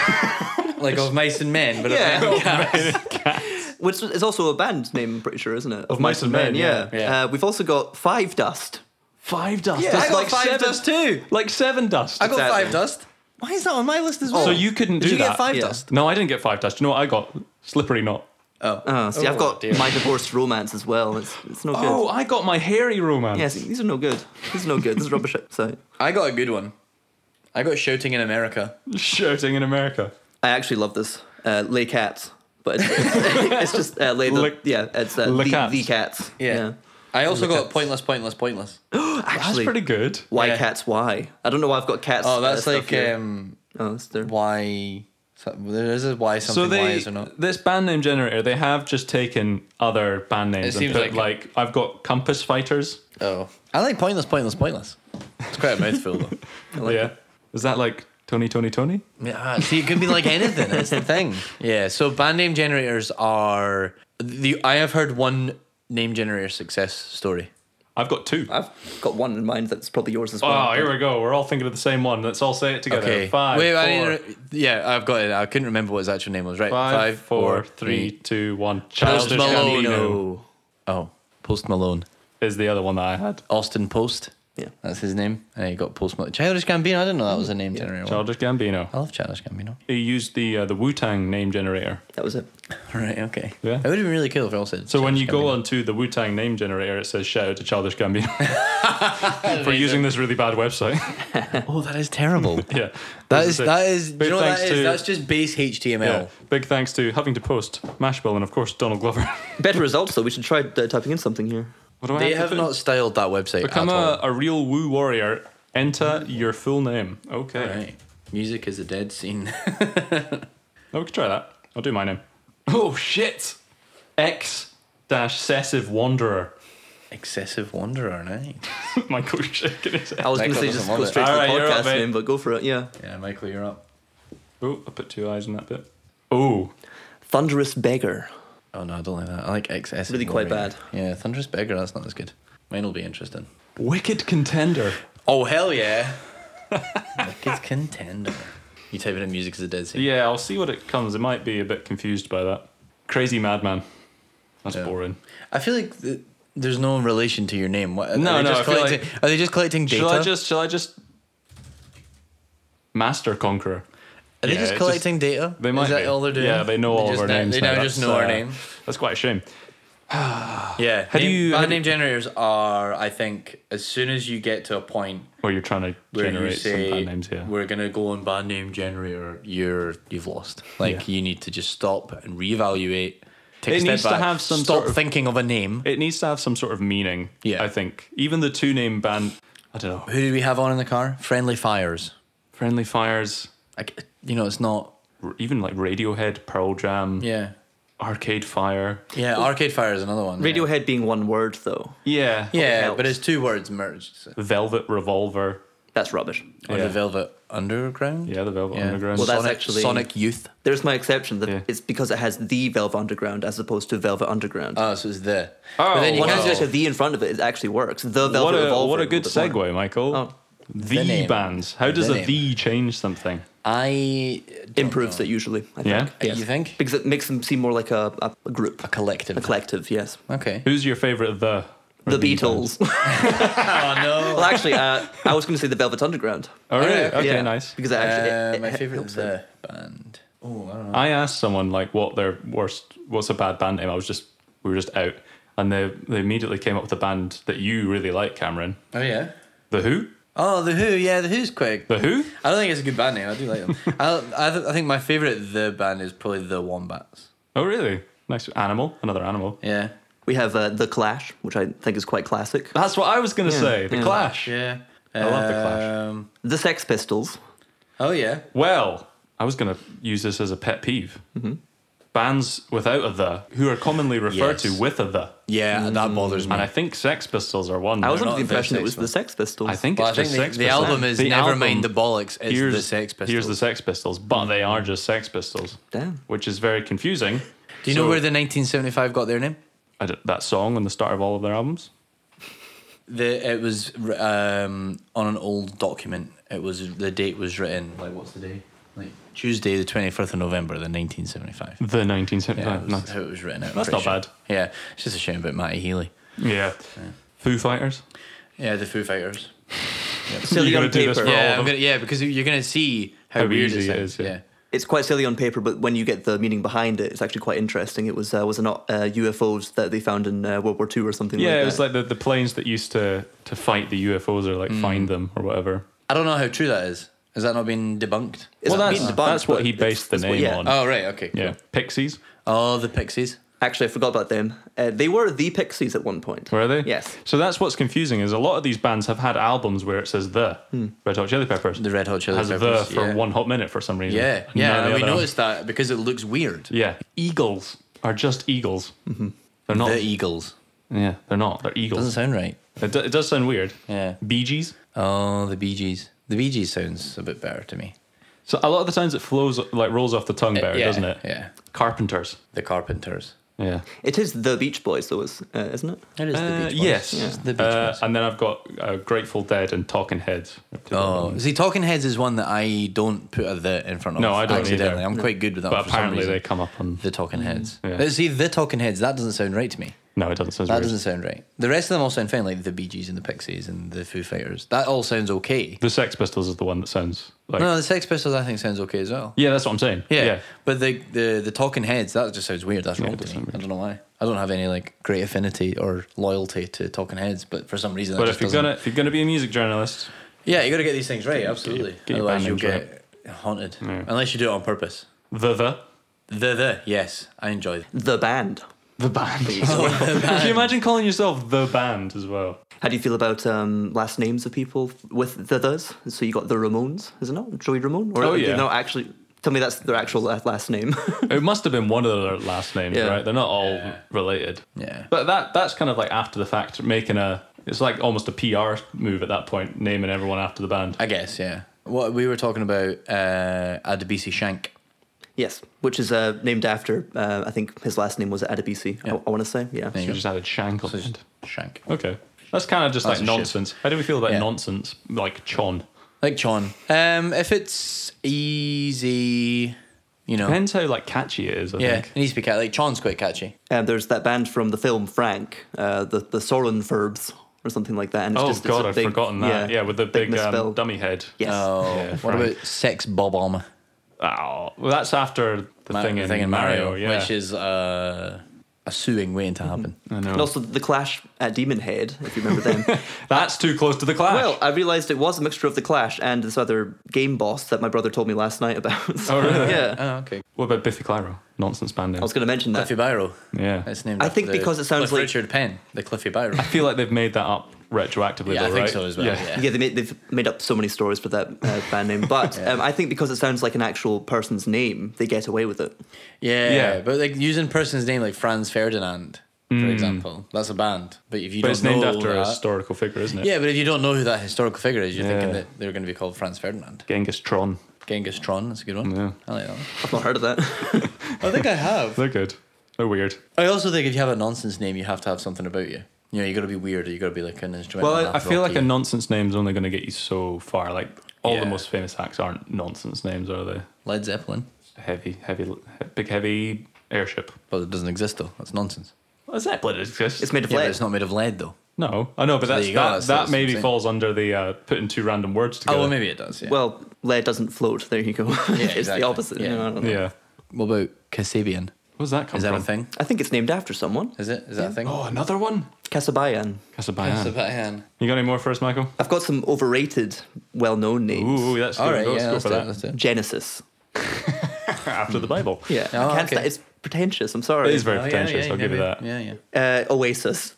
Like of mice and men, but
Yeah.
of cats.
which is also a band name, I'm pretty sure, isn't it? Of,
Mice and Men,
yeah. Yeah.
Uh, we've also got Five Dust.
Five dust.
I
That's
got five dust too.
Like seven dust.
I got
Exactly.
five dust. Why is that on my
Oh.
list as well?
so you couldn't do
Did you
that.
get five
Yeah.
dust?
No, I didn't get five dust. You know what I got? Slippery knot.
Oh.
Uh, see, I've
Oh,
got
dear.
My Divorced Romance as well. It's, it's no
Oh,
good.
I got my hairy romance.
Yes, these are no good. These are no good. This is rubbish. So
I got a good one. I got shouting in America.
Shouting in America.
I actually love this. Uh, lay cats, but it's, it's just uh, lay the,
Lick-
yeah. It's uh,
Lick
the,
cats.
the cats.
I also got pointless, pointless, pointless.
That's
Actually,
pretty good.
why
yeah.
cats? Why? I don't know why I've got cats.
Oh,
uh,
that's
stuff
like
here.
um,
oh, it's there.
why. so- There is a why something
So
why
they
is or not.
this band name generator, they have just taken other band names and
seems
put like,
like-
I've got Compass Fighters.
Oh, I like pointless, pointless, pointless. It's quite a mouthful though.
yeah. Is that like Tony Tony Tony?
Yeah, ah, see, it could be like anything. That's the thing. Yeah. So band name generators are the. I have heard one name generator success story.
I've got two.
I've got one in mind that's probably yours as well.
Oh, here we go. We're all thinking of the same one. Let's all say it together.
Okay.
Five,
Wait,
four,
I need to re- yeah, I've got it. I couldn't remember what his actual name was. Right.
five, four, three, two, one. Childish Gambino
Oh, Post Malone.
is the other one that I had.
Austin Post.
Yeah.
That's his name. And he got Post Malone. Childish Gambino. I didn't know that was a name generator. one.
Childish Gambino.
I love Childish Gambino.
He used the uh, the Wu Tang name generator.
That was it.
Right. Okay.
Yeah.
It would have been really cool if I all said.
So when you go onto the Wu Tang name generator, it says shout out to Childish Gambino for using this really bad website.
oh, that is terrible.
yeah,
That
This
is
it.
that is.
Big
you know what that
thanks
is?
to-
That's just base HTML.
Yeah. Big thanks to having to post Mashbill and of course Donald Glover.
Better results though. We should try uh, typing in something here.
what do I
They
have,
have
to do?
not styled that website
become
at
a,
all. Mm-hmm.
a real Wu warrior. Enter your full name. Okay,
Right. Music is a dead scene.
no, we can try that. I'll do my name. Oh shit! X dash sessive wanderer.
Excessive wanderer, eh? night.
Michael shaking his head.
I was going to
Michael
say
doesn't
just
want
go
it.
straight to the
Alright, you're up,
podcast
mate.
name, but go for it. Yeah.
Yeah, Michael, you're up.
Oh, I put two eyes in that bit. Oh,
Thunderous beggar.
Oh no, I don't like that. I like excessive.
Really quite
wanderer.
bad.
Yeah, thunderous beggar. That's not as good. Mine will be interesting.
wicked contender.
Oh hell yeah! Wicked contender. You type it in music is a dead scene.
Yeah, I'll see what it comes. It might be a bit confused by that. Crazy madman. That's boring.
I feel like th- there's no relation to your name. What, are
No,
they
no,
Just
I feel like-
collecting, are they just collecting data?
Shall I just? Shall I just? Master conqueror.
are they
Yeah,
just
it's
collecting data?
They might
Is that
be.
all they're doing?
Yeah, they know all
just
of our
now-
names.
They
now.
now, just
That's,
know our
uh,
name.
That's quite a shame.
Yeah.
do
name-
you-
bad
how do-
name generators are, I think, as soon as you get to a point
Well, you're trying to
where
generate
you
some
say
bad names here.
we're gonna go on bad name generator, you're you've lost. Like you need to just stop and reevaluate. Take
It
a step
needs to
back,
have some
Stop
sort of-
thinking of a name.
It needs to have some sort of meaning.
Yeah.
I think even the two name band. I don't know.
Who do we have on in the car? Friendly Fires.
Friendly Fires,
Like you know, it's not.
r- even like Radiohead, Pearl Jam,
Yeah.
Arcade Fire.
Yeah, Arcade Fire is another one. yeah.
Radiohead being one word though.
Yeah.
Yeah,
helps.
but it's two words merged. So.
Velvet Revolver.
That's rubbish.
Or
Yeah.
the Velvet Underground.
Yeah, the Velvet Underground.
Well, that's
Sonic,
actually-
Sonic Youth.
There's my exception. That
Yeah.
It's because it has the Velvet Underground as opposed to Velvet Underground.
Oh, so it's the.
Oh,
but then you
Once
can't
wow.
you
just
stick a the in front of it, it actually works. The Velvet
what a,
Revolver.
what a good
would work.
segue, Michael.
Oh.
The,
name.
bands. How does
The
a
name.
the change something?
I don't
Improves
know.
it usually. I think.
Yeah?
Yes.
You think?
Because it makes them seem more like a, a- a group,
A collective.
a collective. Yes.
Okay.
Who's your favorite the? or
The
band?
Beatles.
Oh no.
well, actually, uh, I was going to say the Velvet Underground.
Oh, really?
Okay,
Okay,
yeah,
nice.
Because it actually,
Uh,
it- it
my
he-
favorite
helps
is
it.
the band. Oh, I don't know.
I asked someone like what their worst, what's a bad band name. I was just, we were just out, and they they immediately came up with a band that you really like, Cameron.
Oh yeah.
The Who.
Oh, the Who. Yeah, the Who's quick.
The Who.
I don't think it's a good band name. I do like them. I I, th- I think my favorite the band is probably the Wombats.
Oh, really? Nice animal. Another animal.
Yeah.
We have uh, the Clash, which I think is quite classic.
That's what I was gonna say. The
yeah. Uh,
Clash.
Yeah. I
love The Clash.
Um,
The Sex Pistols.
oh yeah.
Well, I was gonna use this as a pet peeve. Bands without a the, who are commonly referred
Yes.
to with a the,
Yeah,
Mm.
that bothers me.
and I think Sex Pistols are one.
I was
They're
under
not
the
the
impression it
Sex
was the
ones.
Sex Pistols.
I think
Well, I
it's
think
just Sex
the, the
Pistols.
album is
The
Never
album-
Mind the Bollocks. It's the Sex Pistols.
Here's the Sex Pistols, but they are just Sex Pistols.
Damn.
Which is very confusing.
Do you know
So-
where the 1975 got their name?
I d- that song on the start of all of their albums.
The, it was um, on an old document. It was the date was written like what's the day? Like Tuesday, the 24th of November, the 1975.
The
Yeah, it
1975.
was how it was written. out, I'm
That's
pretty
not
sure. Yeah, it's just a shame about Matty Healy.
yeah. Foo Fighters.
Yeah, the Foo Fighters.
silly
You're gonna
on
do this
paper.
for all of
Yeah, I'm
them.
gonna, yeah, because you're gonna see how,
How
weird
easy
it
it
is.
is, yeah.
Yeah.
It's quite silly on paper, but when you get the meaning behind it, it's actually quite interesting. It was uh, was it not uh, UFOs that they found in uh, World War II or something like
Yeah,
that?
it was like the, the planes that used to, to fight the UFOs or
Mm.
like find them or whatever.
I don't know how true that is. Has that not been debunked?
It's
well,
not
that's,
being debunked,
that's what
but
he
it's-
based the
it's
name
what- yeah.
on.
Oh right, okay.
yeah. Pixies.
Oh, the Pixies.
Actually, I forgot about them. Uh, they were the Pixies at one point.
Were they?
Yes.
So that's what's confusing is a lot of these bands have had albums where it says the Red Hot Chili Peppers.
Hmm. The Red Hot Chili
has
Peppers,
the for
yeah.
one hot minute for some reason.
Yeah,
None of
yeah.
the
And we
other-
noticed that because it looks weird.
Yeah. Eagles are just eagles.
Mm-hmm.
They're not.
The Eagles
yeah, they're not. They're
e- doesn't
eagles.
sound right.
It, do, it does sound weird.
Yeah.
Bee Gees.
Oh, the Bee Gees. The Bee Gees sounds a bit better to me.
So a lot of the times it flows like rolls off the tongue better,
yeah,
doesn't it?
yeah.
Carpenters.
The Carpenters.
Yeah.
It is the Beach Boys, though, is, uh, isn't it?
It is
Uh,
the Beach Boys.
yes.
It's the Beach
Uh,
Boys.
and then I've got uh, Grateful Dead and Talking Heads.
Oh, see, Talking Heads is one that I don't put a the in front of.
No, I don't either.
accidentally. I'm quite good with that.
but
for some
apparently
reason.
they come up on.
the Talking Heads.
Yeah.
But See, the Talking Heads. That doesn't sound right to me.
No, it doesn't sound
That
weird.
doesn't sound right. The rest of them all sound fine, like the Bee Gees and the Pixies and the Foo Fighters. That all sounds okay.
The Sex Pistols is the one that sounds like.
No, the Sex Pistols I think sounds okay as well.
Yeah, that's what I'm saying.
Yeah, but the, the the Talking Heads that just sounds weird. That's wrong to me. I don't know why. I don't have any like great affinity or loyalty to Talking Heads, but for some reason, that
But
just
if you're
doesn't-
gonna if you're gonna be a music journalist,
yeah, you got to get these things right. Absolutely,
get your
otherwise
band
you'll
names
get haunted. Unless you do it on purpose.
the the
The the yes, I enjoy.
The band.
the band. Can you imagine calling yourself the band as well?
How do you feel about um, last names of people with the thes? So you got the Ramones, is it not? Joey Ramone? Or
Oh,
they're
yeah.
not actually. Tell me that's their actual la- last name.
It must have been one of their last names,
Yeah.
right? They're not all related.
Yeah.
But that that's kind of like after the fact, making a it's like almost a PR move at that point, naming everyone after the band.
I guess yeah. What we were talking about, uh, Adebisi Shank.
yes, which is uh, named after, uh, I think his last name was Adebisi, I, want to say. Yeah.
You just added Shank on the end.
Shank.
Okay. That's kind of just
That's
like
a shit.
nonsense. How do we feel about
Yeah.
nonsense? Like Chon.
Like Chon. Um, if it's easy, you know.
Depends how like catchy it is, I
yeah, it
think.
needs to be catchy. Like Chon's quite catchy.
Um, there's that band from the film Frank, uh, the, the Sorenverbs or something like that. And it's
Oh
just, it's
god,
a
I've
big-
forgotten that. Yeah, with the big, um,
misspell.
dummy head.
Yes.
Oh,
Yeah,
what
Frank.
about Sex Bob Armor?
Oh, well, that's after the
Ma-
thing
the
in,
thing in Mario,
yeah.
which is uh, a suing waiting to happen.
I know.
And also the Clash at Demon Head, if you remember them.
that's too close to the clash.
well, I realised it was a mixture of the Clash and this other game boss that my brother told me last night about.
Oh, really?
yeah.
Oh, okay.
what about Biffy Clyro? Nonsense band name.
I was going to mention that.
Cliffy Byro.
Yeah.
That's named.
I
after
think
the
because it sounds
Cliff
like-
Richard Penn, the Cliffy Byro.
I feel like they've made that up retroactively.
yeah, I
though,
think
right?
so as well.
Yeah.
Yeah.
Yeah, they made, they've made up so many stories for that uh, band name, but um, I think because it sounds like an actual person's name, they get away with it.
Yeah,
Yeah. Hmm.
but like using person's name like Franz Ferdinand, for example, that's a band. But if you
But
don't
it's named
know
after a
that-
historical figure, isn't it?
yeah, but if you don't know who that historical figure is, you're thinking
Yeah.
that they're going to be called Franz Ferdinand.
Genghis Tron.
Genghis Tron, that's a good one.
Yeah.
I like that.
I've not heard of that.
One. I think I have.
They're good. They're weird.
I also think if you have a nonsense name, you have to have something about you. You know, you got to be weird, or you got to be like an instrument.
Well, I, I feel like a nonsense name's only going to get you so far. Like all
Yeah.
the most famous acts aren't nonsense names, are they?
Led Zeppelin,
Heavy, heavy, he- big, heavy airship.
but it doesn't exist though. That's nonsense.
Well, Zeppelin exists.
It's made of
Yeah, but
lead.
it's not made of lead though.
no, I know, but
there
that's,
you go,
that,
that's-
that
that's what I'm
maybe
saying.
falls under the uh, putting two random words together.
Oh, well, maybe it does. Yeah.
Well, lead doesn't float. There you go. it's
exactly.
the opposite.
Yeah.
No, I, don't know.
Yeah.
what about Kasabian?
Where's that come
Is that
from?
a thing?
I think it's named after someone.
Is it? Is that a thing?
Oh, another one?
Casabayan.
Casabayan.
Kasabian.
You got any more for us, Michael?
I've got some overrated, well-known names.
Ooh, that's good.
All right,
Let's
yeah,
go
let's
for
do it.
that.
Let's do it.
Genesis.
After the Bible.
Yeah,
Oh,
I can't
okay.
sta- It's pretentious. I'm sorry.
It is very
Oh, yeah,
pretentious,
yeah,
I'll give you
never-
that.
Yeah, yeah.
uh, Oasis.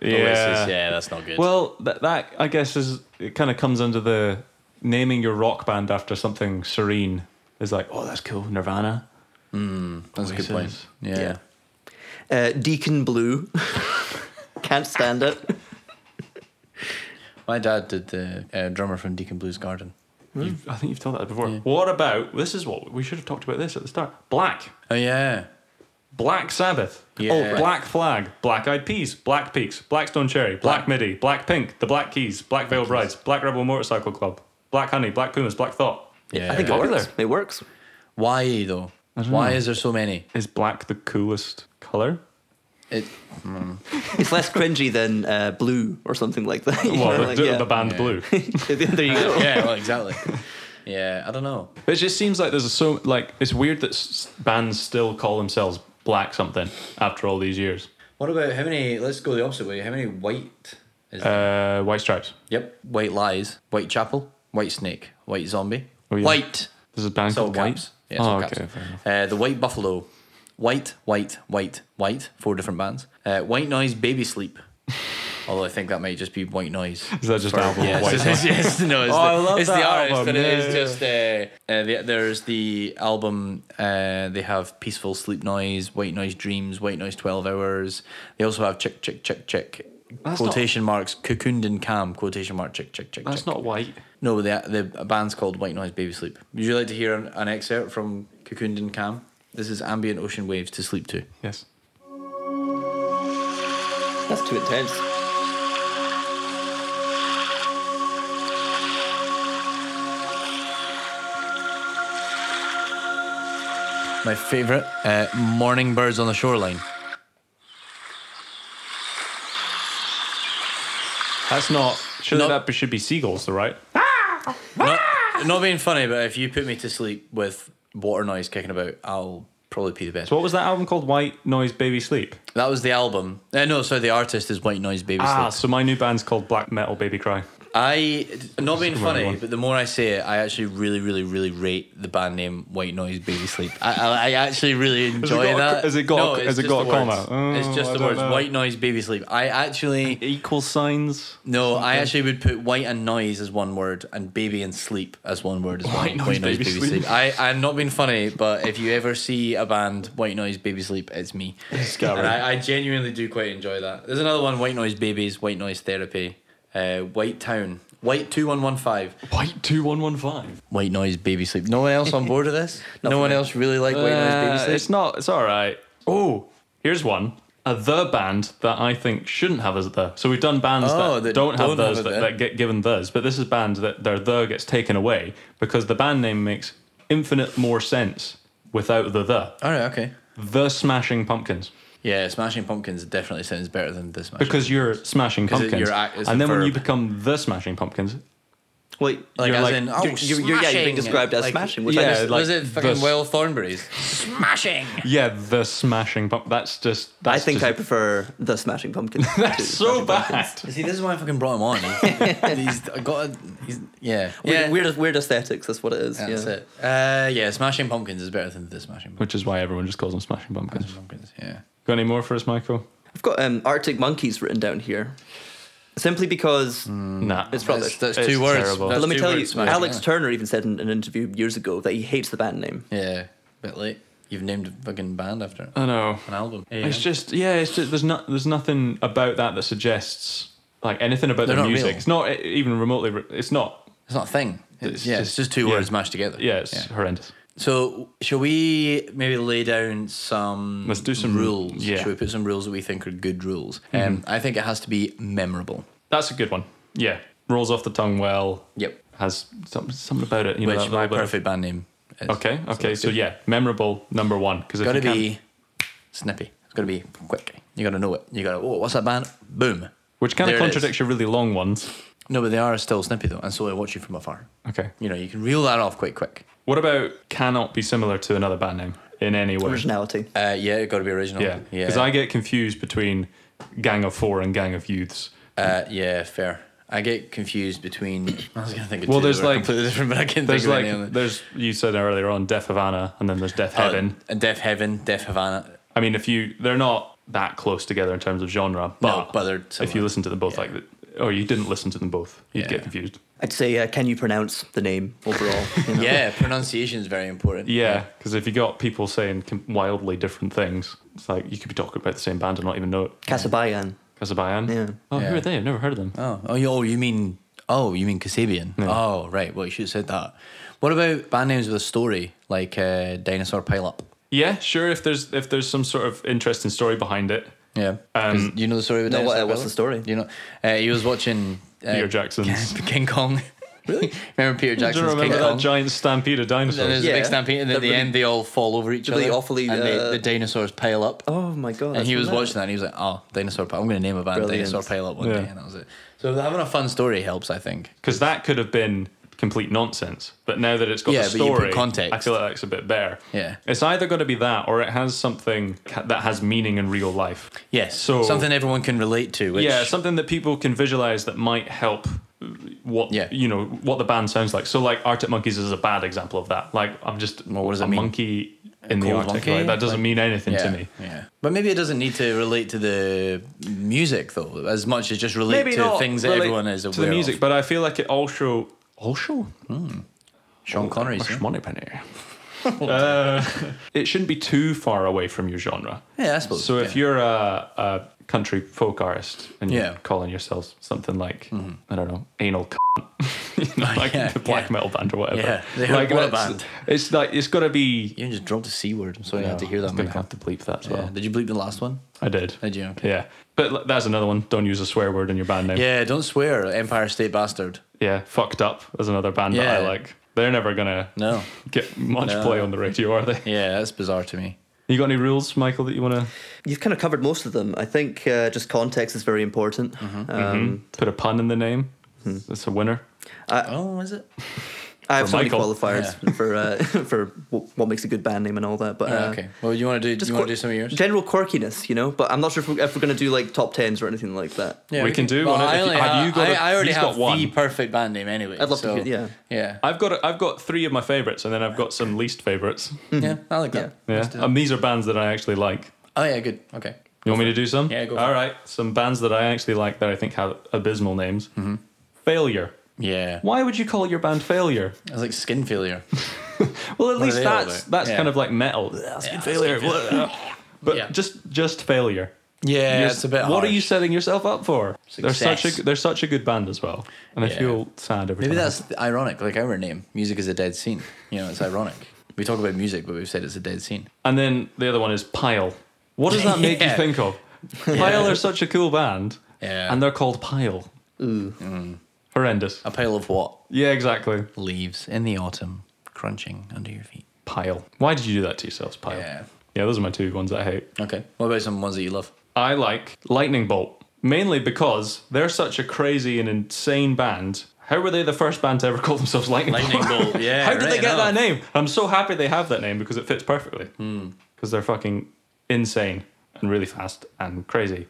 Yeah.
Oasis, yeah, that's not good.
Well, that, that I guess is it kind of comes under the naming your rock band after something serene. Is like, oh, that's cool, Nirvana.
that's a
Oasis.
good point. Yeah.
Yeah. Uh, Deacon Blue. can't stand it.
My dad did the uh, drummer from Deacon Blues Garden.
You've, I think you've told that before. What about this? Is what we should have talked about this at the start. Black,
Oh, yeah.
Black Sabbath.
Yeah.
Oh, Black Flag, Black Eyed Peas, Black Peaks, Blackstone Cherry, Black, Midi, Black Pink, The Black Keys, Black Veil Brides, Black Rebel Motorcycle Club, Black Honey, Black Pumas, Black Thought.
Yeah.
I think it
Popular.
works. It works.
Why, though?
don't
Why
know.
is there so many?
Is black the coolest color?
It,
It's less cringy than uh, Blue or something like that. You
Well,
know,
the,
like,
the-
yeah.
the band
Yeah.
Blue.
there you go.
yeah, well, exactly. Yeah, I don't know.
But it just seems like there's a so like it's weird that s- bands still call themselves black something after all these years.
What about how many? Let's go the opposite way. How many white? Is there?
Uh, White Stripes.
Yep. White Lies, White Chapel, White Snake, White Zombie,
Oh, yeah.
White.
There's a band
It's all
called White.
caps. Yeah, it's
oh,
all
okay.
caps.
fair enough.
Uh, the White Buffalo, White, White, White, White, four different bands. Uh, white Noise, Baby Sleep. Although I think that might just be White Noise.
Is that just an album? of
Yeah,
White
it's,
Stripes?
it's, it's, no, it's
Oh,
the,
I love
it's
that
the artist,
album.
but it
Yeah,
is
yeah,
just uh, uh, the, there's the album. Uh, they have peaceful sleep noise, white noise dreams, white noise twelve hours. They also have chick chick chick chick
That's
quotation marks cocooned in cam quotation mark chick chick chick.
That's
chick.
not white.
no, the the band's called White Noise Baby Sleep. Would you like to hear an, an excerpt from cocooned in cam? This is ambient ocean waves to sleep to.
Yes.
That's too intense.
My favorite uh, morning birds on the shoreline. That's not
Surely
not,
that be- should be seagulls, though, right?
not, not being funny, but if you put me to sleep with water noise kicking about, I'll probably pee the bed.
So what was that album called? White Noise Baby Sleep.
That was the album. Uh, no, sorry, the artist is White Noise Baby
Ah,
Sleep.
so my new band's called Black Metal Baby Cry.
I not being
the wrong
funny,
one.
but the more I say it, I actually really, really, really rate the band name White Noise Baby Sleep. I, I, I actually really enjoy
got a-
that.
has it got a-
No, it's
has it
just
got
the
a comma?
words.
Oh,
it's just
I
the
don't
words
know.
White Noise Baby Sleep. I actually
Equal signs.
no, I actually would put white and noise as one word and baby and sleep as one word as well.
White noise, baby sleep.
I I'm not being funny, but if you ever see a band White Noise Baby Sleep, it's me.
Scary.
And I, I genuinely do quite enjoy that. There's another one, White Noise Babies, White Noise Therapy, uh, White Town, White Two One One Five,
White two one one five.
White Noise Baby Sleep. No one else on board with this. Uh, no one else really like White Noise Baby
Uh, It's
Sleep.
not. It's all right. Oh, here's one. A the band that I think shouldn't have as the. So we've done bands
Oh,
that,
that
don't have
don't have
those
a
that,
the.
that get given those, but this is band that their the gets taken away because the band name makes infinite more sense without the the.
All right, okay.
The Smashing Pumpkins.
Yeah, Smashing Pumpkins definitely sounds better than this. Smashing
Because you're smashing
Because it-
pumpkins,
you're act- it's
and
a
then when you
verb.
become the smashing pumpkins,
Wait,
like
You're
as
like-
in oh,
you're, you're, you're- yeah, you're
smashing.
being described as
Like,
smashing, which
yeah,
I just,
like-
was it
the
fucking
s-
Will Thornberry's smashing?
yeah, the smashing pump. That's just.
I
That's
think
just,
I prefer the Smashing Pumpkins. to
so
Smashing
bad.
Pumpkins.
See, this is why I fucking brought him on. He's, he's got, a, he's yeah, yeah.
Weird, weird, weird aesthetics. That's what it is.
That's
yeah.
it. Uh, yeah, Smashing Pumpkins is better than the Smashing Pumpkins.
Which is why everyone just calls them smashing pumpkins.
Pumpkins, Yeah.
Got any more for us, Michael?
I've got um, Arctic Monkeys written down here, simply because.
Mm.
Nah.
It's rubbish.
That's, that's
It's
two words.
terrible.
Hmm. That's
but let me
two
tell you,
words, Smashing,
Alex Turner even said in an interview years ago that he hates the band name.
Yeah. yeah, bit late. You've named a fucking band after it.
I know.
an album.
It's just yeah. It's just, there's not there's nothing about that that suggests like anything about
They're
their
not
music.
real.
It's not e- even remotely. re- It's not.
It's not a thing.
It's
It's, yeah,
just-
it's just two
yeah.
words mashed together.
Yeah, it's horrendous.
So, shall we maybe lay down some?
Let's do some-
rules.
yeah. Mm-hmm.
Shall we put some rules that we think are good rules? Um, I think it has to be memorable.
That's a good one. Yeah, rolls off the tongue well.
Yep.
Has some, something about it. You know,
Which
that
my
little bit of-
perfect band name. Is.
Okay. Okay. So, yeah, memorable number one because
Got to be snippy. It's got to be quick. You got to know it. You got to. Oh, what's that band? Boom.
which kind
there
of
it is.
contradicts your really long ones.
No, but they are still snippy though, and so I watch you from afar.
Okay.
You know, you can reel that off quite quick.
What about cannot be similar to another band name in any way?
Originality.
Uh, yeah, it got to be original.
Yeah.
yeah.
Because I get confused between Gang of Four and Gang of Youths.
Uh, yeah, fair. I get confused between. I was gonna think. Of
Well,
two that
there's
were
like-
completely different, but I can
There's
think
like
of any of them.
there's you said earlier on Death Havana and then there's Death Heaven.
Uh, Deaf Heaven, Deaf Havana.
I mean, if you they're not that close together in terms of genre, but,
No, but they're
if you
similar.
listen to them both like like, or you didn't listen to them both, you'd
Yeah.
get confused.
I'd say, uh, can you pronounce the name overall? You know?
Yeah, pronunciation is very important.
Yeah, because if you got people saying com- wildly different things, it's like you could be talking about the same band and not even know it.
Casabayan.
Kazabayan.
Yeah.
Oh, who
Yeah.
are they? I've never heard of them.
Oh, oh, you, oh, you mean oh, you mean Kasabian? Oh, right. Well, you should have said that. What about band names with a story like uh, Dinosaur Pileup?
Yeah, sure. If there's if there's some sort of interesting story behind it,
Yeah. 'Cause
Um,
you know the story with
no, what-
Dinosaur
uh, what's
Pileup?
the story?
You know, uh, he was watching uh,
Peter Jackson's.
King Kong. really? Remember Peter
Do you
Jackson's King
remember that
Kong?
giant stampede of
And there's
dinosaurs?
a big
Yeah.
stampede, and at
That
the
really-
end, they all fall over each
really
other.
awfully,
and they-
uh,
the dinosaurs pile up.
Oh my god.
and
that's
he was
mad.
watching that, and he was like, "Oh, dinosaur! Pile. I'm going to name a band
Brilliant.
Dinosaur Pile Up one
Yeah.
day," and that was it. So having a fun story helps, I think.
Because that could have been complete nonsense, but now that it's got
Yeah,
a
but you put
story,
context.
I feel like that's a bit better.
Yeah.
it's either going to be that or it has something ca- that has meaning in real life.
Yes,
So-
something everyone can relate to. Which,
yeah, something that people can visualize that might help uh, what
Yeah.
you know what the band sounds like. So like Arctic Monkeys is a bad example of that. Like I'm just
Well, what does
a
it mean?
monkey in the
cold
Arctic.
monkey?
Like, that doesn't
Like-
mean anything
yeah,
to me.
yeah. But maybe it doesn't need to relate to the music though, as much as just relate
Maybe
to
not
things that
relate
everyone is aware
to the music,
of.
but I feel like it also also
Sean Connery's.
Much
Yeah,
money penny. Uh, it shouldn't be too far away from your genre.
Yeah, I suppose.
So if
yeah.
you're a, a country folk artist and you're
Yeah. Mm-hmm.
calling yourself something like I don't know anal, c- you know, like
yeah,
the black
yeah.
metal band or whatever.
Yeah, they are
like,
what a
it's,
band.
It's like it's got to be.
You just dropped a c word. I'm sorry, I had to hear that.
I'm
man.
gonna have to bleep that as well.
Yeah. Did you bleep the last one?
I did.
Did you? Okay.
Yeah, but l- that's another one. Don't use a swear word in your band name.
Yeah, don't swear, Empire State Bastard.
Yeah, fucked up is another band that I
Yeah.
like. They're never gonna
No.
get much
No.
play on the radio, are they?
Yeah, that's bizarre to me.
You got any rules, Michael, that you want to
You've kind of covered most of them. I think uh, just context is very important.
Mm-hmm.
Um,
put a pun in the name? It's a winner.
Oh, is it?
I have
For
so many
Michael.
qualifiers for uh, for w- what makes a good band name and all that. But uh,
Yeah, okay. Well, you want to do?
just
you want
quir-
to do some of yours?
General quirkiness, you know. But I'm not sure if we're, if we're going to do like top tens or anything like that.
Yeah,
we can do
Well,
one if
I
you-
only
have
have
you got
I-
a-
I already
he's
have
got one.
the perfect band name anyway.
I'd love to
so-
hear- yeah.
yeah,
I've got I've got three of my favorites, and then I've got some least favorites.
yeah. I like that.
Yeah,
Let's do that.
and these are bands that I actually like.
Oh yeah, good. Okay.
You want me to do some?
Yeah, go for
All
it.
right, some bands that I actually like that I think have abysmal names. Failure.
Yeah,
Why would you call your band Failure?
I was like skin failure.
Well, at
are
least
they all
that's
about?
that's
Yeah.
kind of like metal. Ugh, skin failure. Blah. but
Yeah.
just just failure.
Yeah,
You're-
it's a bit.
What are
harsh.
you setting yourself up for? They're
Success.
such a they're such a good band as well, and I
Yeah.
feel sad every
Maybe
time.
that's ironic. Like our name, music is a dead scene. You know, it's ironic. We talk about music, but we've said it's a dead scene.
and then the other one is Pile. What does that make you
Yeah.
think of? Pile are such a cool band,
Yeah.
and they're called Pile. Mm. Horrendous.
A pile of what?
Yeah, exactly.
Leaves in the autumn, crunching under your feet.
Pile. Why did you do that to yourselves, Pile?
Yeah.
yeah, those are my two ones that I hate.
Okay. What about some ones that you love?
I like Lightning Bolt mainly because they're such a crazy and insane band. How were they the first band to ever call themselves Lightning,
Lightning
Bolt?
Bolt. Yeah.
How did
right
they get
enough.
that name? Hmm. I'm so happy they have that name because it fits perfectly. Because they're fucking insane and really fast and crazy,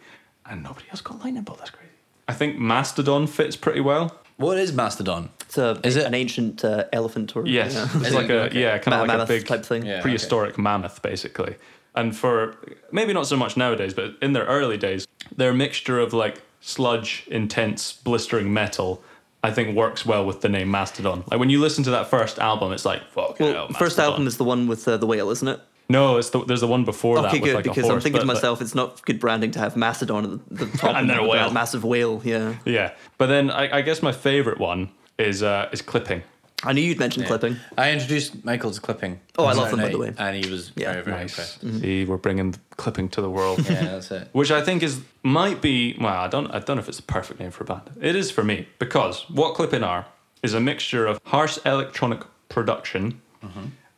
and nobody else got Lightning Bolt. That's crazy. I think Mastodon fits pretty well.
What is Mastodon?
It's a,
Is it-
an ancient uh, elephant or
Yes,
yeah.
it's
Is
like
it?
a
Okay.
yeah, kind
Ma-
of like a
mammoth
big
type thing.
Yeah, okay.
prehistoric mammoth, basically. And for maybe not so much nowadays, but in their early days, their mixture of like sludge, intense, blistering metal, I think works well with the name Mastodon. Like when you listen to that first album, it's like fuck.
Well,
Oh,
hell,
first
Mastodon.
album is the one with uh, the whale, isn't it?
no, it's the, there's the one before that.
Okay,
with,
good
like, a
because I'm
horse,
thinking to
but, like,
myself, it's not good branding to have Macedon at the, the top
And then a
with that
whale.
massive whale. Yeah,
yeah, but then I, I guess my favorite one is uh, is clipping.
I knew you'd mentioned clipping.
I introduced Michael to clipping.
Oh, I
on
love him, by
Saturday,
the way.
And he was
Yeah.
very, very
Nice.
impressed.
Mm-hmm.
See, we're bringing clipping to the world.
Yeah, that's it.
which I think is might be well. I don't I don't know if it's the perfect name for a band. It is for me because what Clipping are is a mixture of harsh electronic production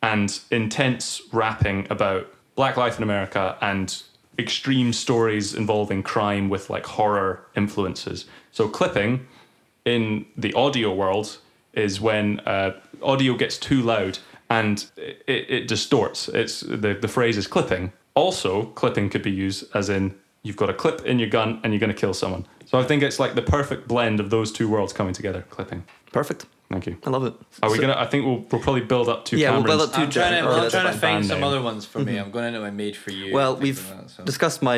and intense rapping about black life in America and extreme stories involving crime with like horror influences. So clipping in the audio world is when uh, audio gets too loud and it, it distorts. It's the, the phrase is clipping. Also, clipping could be used as in you've got a clip in your gun and you're going to kill someone. So I think it's like the perfect blend of those two worlds coming together. Clipping.
Perfect.
Thank you.
I love it.
Are we
So-
gonna? I think we'll, we'll probably build up two.
Yeah, we'll build
Camerons.
up two
I'm trying
gen-
to,
or
I'm
that's
trying to
fine. Mm-hmm.
band
find some
name.
other ones for me. I'm going into my made for you.
Well,
and
we've
things like that, so.
discussed my,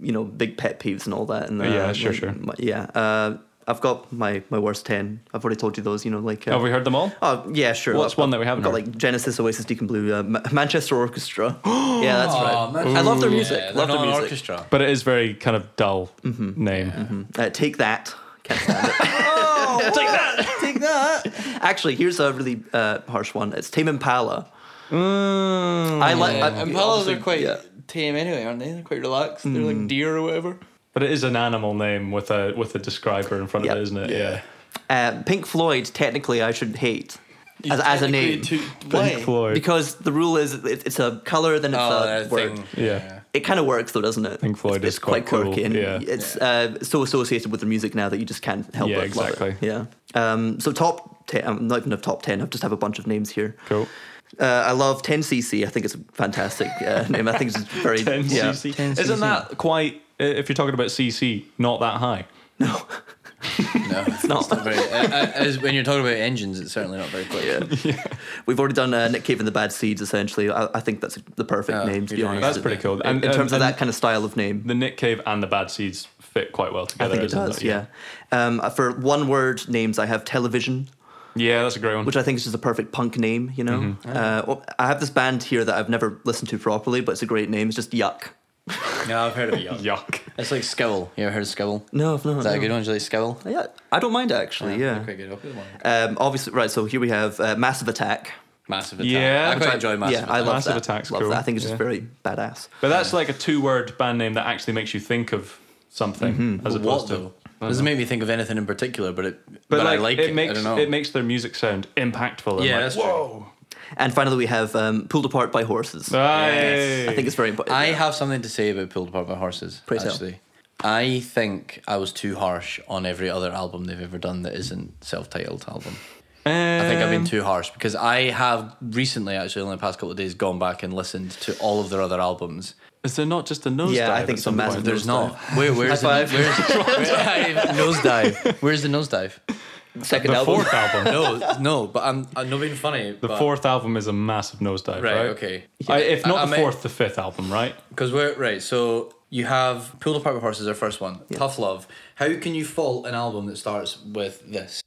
you know, big pet peeves and all that. And uh,
Oh, Yeah, sure, sure.
my- yeah, uh, I've got my my worst ten. I've already told you those. You know, like. Uh,
Have we heard them all?
Oh yeah, sure.
What's
I've
one
got-
that we haven't
got?
heard?
Like Genesis, Oasis, Deacon Blue, uh, Ma- Manchester Orchestra.
Oh,
yeah, that's
Aw,
right.
Manchester-
I love their
Yeah,
music.
they're
love
not
their
an
music.
orchestra.
But it is very kind of dull name.
Uh, take that. Can't stand it.
Oh,
take that. Take that. Actually, here's a really uh, harsh one. It's Tame Impala.
Mm.
I like. I- obviously- yeah. Mm.
tame anyway, aren't they? They're quite relaxed. They're like deer or whatever.
But it is an animal name with a with a describer in front of
Yeah.
it, isn't it? Yeah.
Uh, Pink Floyd. Technically, I should hate as, as a name
Pink Floyd.
because the rule is it, it's a color, then it's
Oh,
a uh, word.
thing.
yeah.
It kind of works though, doesn't it?
Pink Floyd
it's,
is
it's
quite
quite, quirky
cool,
and
yeah.
it's uh, so associated with the music now that you just can't help
Yeah,
but
exactly.
love it. Yeah. Um, so top ten. I'm not even of top ten. I just have a bunch of names here.
Cool.
Uh, I love 10cc. I think it's a fantastic uh, name. I think it's very yeah.
10cc. Isn't that quite? i- If you're talking about CC, not that high.
No,
No, it's
not.
not very. uh, uh, as when you're talking about engines, it's certainly not very quick.
Yeah. We've already done uh, Nick Cave and the Bad Seeds. Essentially, I, I think that's the perfect
Oh,
name to be
you're doing
honest.
That's
it.
pretty cool.
in, in terms of
and
that kind of style of name.
the Nick Cave and the Bad Seeds fit quite well
I
together.
think it
isn't
does, yeah. Um, uh, for one word names, I have television,
Yeah, that's a great one.
which I think is just a perfect punk name, you know?
Mm-hmm.
Uh, well, I have this band here that I've never listened to properly, but it's a great name. It's just Yuck.
No, I've heard of it.
Yuck.
It's like scowl. You ever heard of scowl?
No, I've not.
Is that a
no. Uh,
good one? Do you like scowl?
Yeah, I don't mind it, actually. Mm. Yeah.
Quite good. Okay, one.
Um, obviously, right. So here we have uh, Massive Attack.
Massive attack.
Yeah.
I quite enjoy Oh, massive
yeah,
attack.
I love
Massive
that.
Attack's
love
cool.
that. I think it's
Yeah.
just very badass.
But that's like a two-word band name that actually makes you think of something as
But what
opposed to.
though? Doesn't make me think of anything in particular, but it. But,
But,
I
like,
like it.
it makes
I don't know.
it makes their music sound impactful. And
Yeah,
like,
that's true.
whoa.
And finally, we have um, Pulled Apart by Horses.
Aye.
I think it's very important.
I have something to say about Pulled Apart by Horses.
Pray tell.
actually, I think I was too harsh on every other album they've ever done that isn't self-titled album. I think I've
Um.
been too harsh because I have recently, actually, in the past couple of days, gone back and listened to all of their other albums.
Is there not just a nose?
Yeah, I
dive
think
at
it's a
some
massive-
point?
There's not. Where, where's the
High five.
where's, where- nose dive? Where's the nose dive?
Second
The
album.
fourth album.
No, no. But I'm, I'm not being funny.
The
but-
fourth album is a massive nosedive,
Right.
right?
Okay.
I, if
I- I
not the
may-
fourth, the fifth album, right?
Because we're right, so you have Pulled Apart by Horses, our first one. Tough Love. How can you fault an album that starts with this?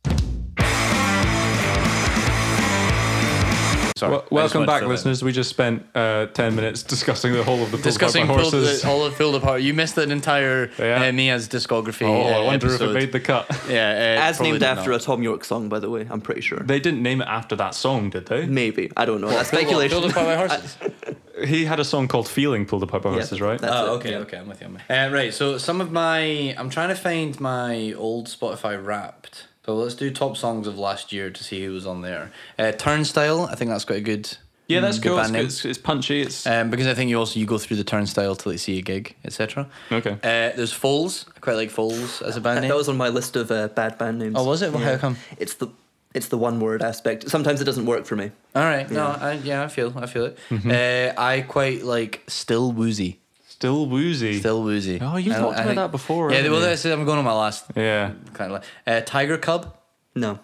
Sorry, I
Well,
just
welcome
wanted to
back,
throw that in.
listeners. We just spent uh, ten minutes discussing the whole of the
Discussing uh,
Pulled Apart
pulled,
by horses.
all of Pulled Apart. You missed an entire
Yeah.
uh, Mia's discography.
oh,
uh,
I wonder if
episode.
it made the cut.
Yeah, uh,
As
probably
named
did
after
not.
a Tom York song, by the way. I'm pretty sure.
They didn't name it after that song, did they?
Maybe I don't know. That's
Pulled Apart-
speculation.
Pulled Apart by Horses.
He had a song called "Feeling" pulled apart by horses, right? Uh,
that-
Oh,
That's it,
okay,
yeah.
okay, I'm with you. I'm with you. Uh, right, so some of my, I'm trying to find my old Spotify Wrapped. So let's do top songs of last year to see who was on there. Uh, Turnstile, I think that's quite a good.
yeah, that's
mm,
cool. It's,
band
good.
name.
It's, it's punchy. It's
Um, because I think you also you go through the turnstile till you see a gig, etc.
Okay.
Uh, there's Foles. I quite like Foles as a band name.
That was on my list of uh, bad band names.
oh, was it? Well, How come?
It's the it's the one word aspect. Sometimes it doesn't work for me.
All right. No. I, yeah, I feel. I feel it.
Mm-hmm.
Uh, I quite like Still Woozy.
still woozy.
Still Woozy.
Oh, you've
I don't-
talked
I
about
think-
that before,
Yeah.
haven't
Well,
you?
that's, I'm going on my last
yeah,
kind of. Uh, Tiger Cub.
No.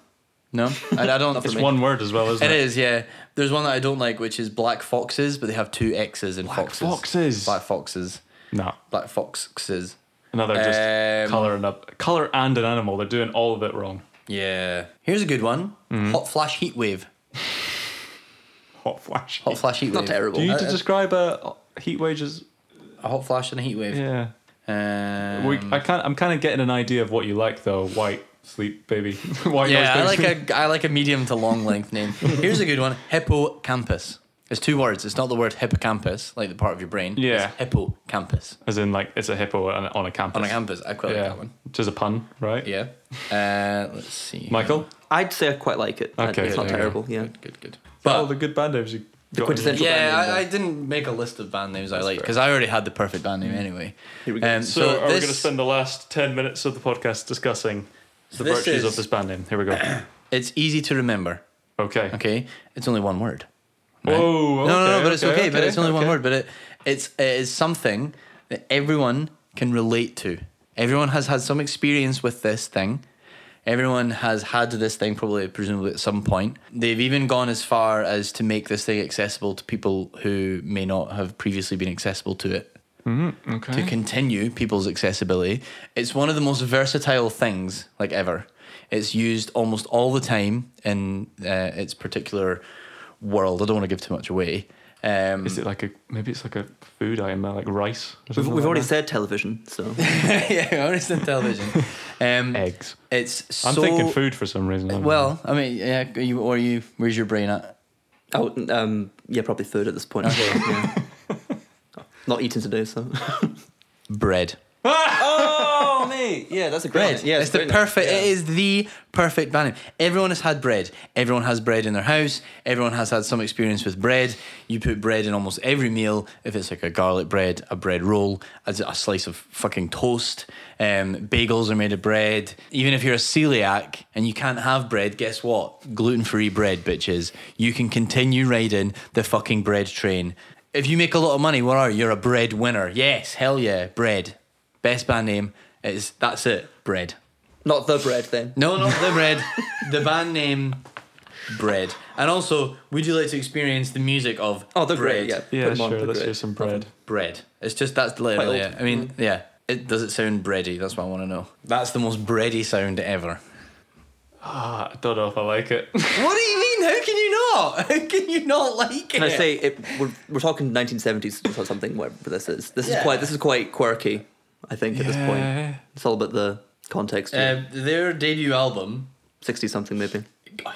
No, I, I don't.
it's one word as well, isn't
It
it?
is, yeah. There's one that I don't like, which is black foxes, but they have two X's in
Black
foxes.
foxes.
Black foxes.
No,
Black foxes.
another just
Um,
color and a color and an animal. They're doing all of it wrong.
Yeah. Here's a good one.
Mm-hmm.
Hot flash heat wave.
Hot flash.
Hot flash heat
Not
wave.
terrible.
Do you need
Uh,
to describe a heat wages?
A hot flash and a heat wave.
Yeah.
Um,
we, I can't, I'm kind of getting an idea of what you like though. White sleep baby. White
yeah, I
noise
like
baby.
a I like a medium to long length name. Here's a good one: hippocampus. It's two words. It's not the word hippocampus, like the part of your brain.
Yeah.
It's hippocampus
As in, like it's a hippo on a, on a campus.
on a campus. I quite like
Yeah,
that one.
which is a pun, right?
Yeah. Uh, let's see.
Michael,
I'd say I quite like it.
Okay,
It's not
there you
terrible. Yeah.
Good. Good. good.
all the good band names you. got in your-
quintessential-
Yeah,
band name,
I,
though.
I didn't make a list of band names I like because I already had the perfect band name anyway.
Here we go.
Um,
So,
so,
are we
this,
going to spend the last ten minutes of the podcast discussing the
this
virtues of
is-
this band name? Here we go.
It's easy to remember.
Okay.
Okay, it's only one word.
Whoa.
no, no, no, but it's okay. but it's only one
okay.
word. But it, it's it is something that everyone can relate to. Everyone has had some experience with this thing. Everyone has had this thing probably presumably at some point. They've even gone as far as to make this thing accessible to people who may not have previously been accessible to it.
Okay.
to continue people's accessibility. It's one of the most versatile things like ever. It's used almost all the time in uh, its particular world. I don't want to give too much away. Um,
Is it like a maybe it's like a food item uh, like rice? Or
We've,
something
we've
like
already
that?
said television, so
yeah, honest in television. Um,
eggs.
It's so.
I'm thinking food for some reason. I don't know.
Well, I mean, yeah. are You, or you? Where's your brain at?
oh, um, yeah, probably third at this point. Yeah. Not eaten today, so.
Bread.
Oh mate, yeah, that's a great.
Bread. Yeah, it's the perfect. It is the perfect band. name. Everyone has had bread. Everyone has bread in their house. Everyone has had some experience with bread. You put bread in almost every meal. If it's like a garlic bread, a bread roll, a, a slice of fucking toast. Um, bagels are made of bread. Even if you're a celiac and you can't have bread, guess what? Gluten free bread, bitches. You can continue riding the fucking bread train. If you make a lot of money, what are you? You're a bread winner. Yes, hell yeah, bread. Best band name is that's it. Bread.
Not the bread then.
No, not the bread. the band name, bread. And also, would you like to experience the music of
Oh, the bread.
bread?
Yeah,
yeah,
put 'em on,
sure.
the
Let's
bread.
hear some bread.
Bread. It's just that's literally
old.
it. I mean, yeah. It, does it sound bready? That's what I want to know. That's the most bready sound ever.
Ah, I don't know if I like it.
What do you mean? How can you not? How can you not like
Can I say it, we're, we're talking 1970s or something? Whatever this is. This
Yeah.
is quite. This is quite quirky. I think, at this point.
Yeah.
It's all about the context.
Um, their debut album.
60 something, maybe.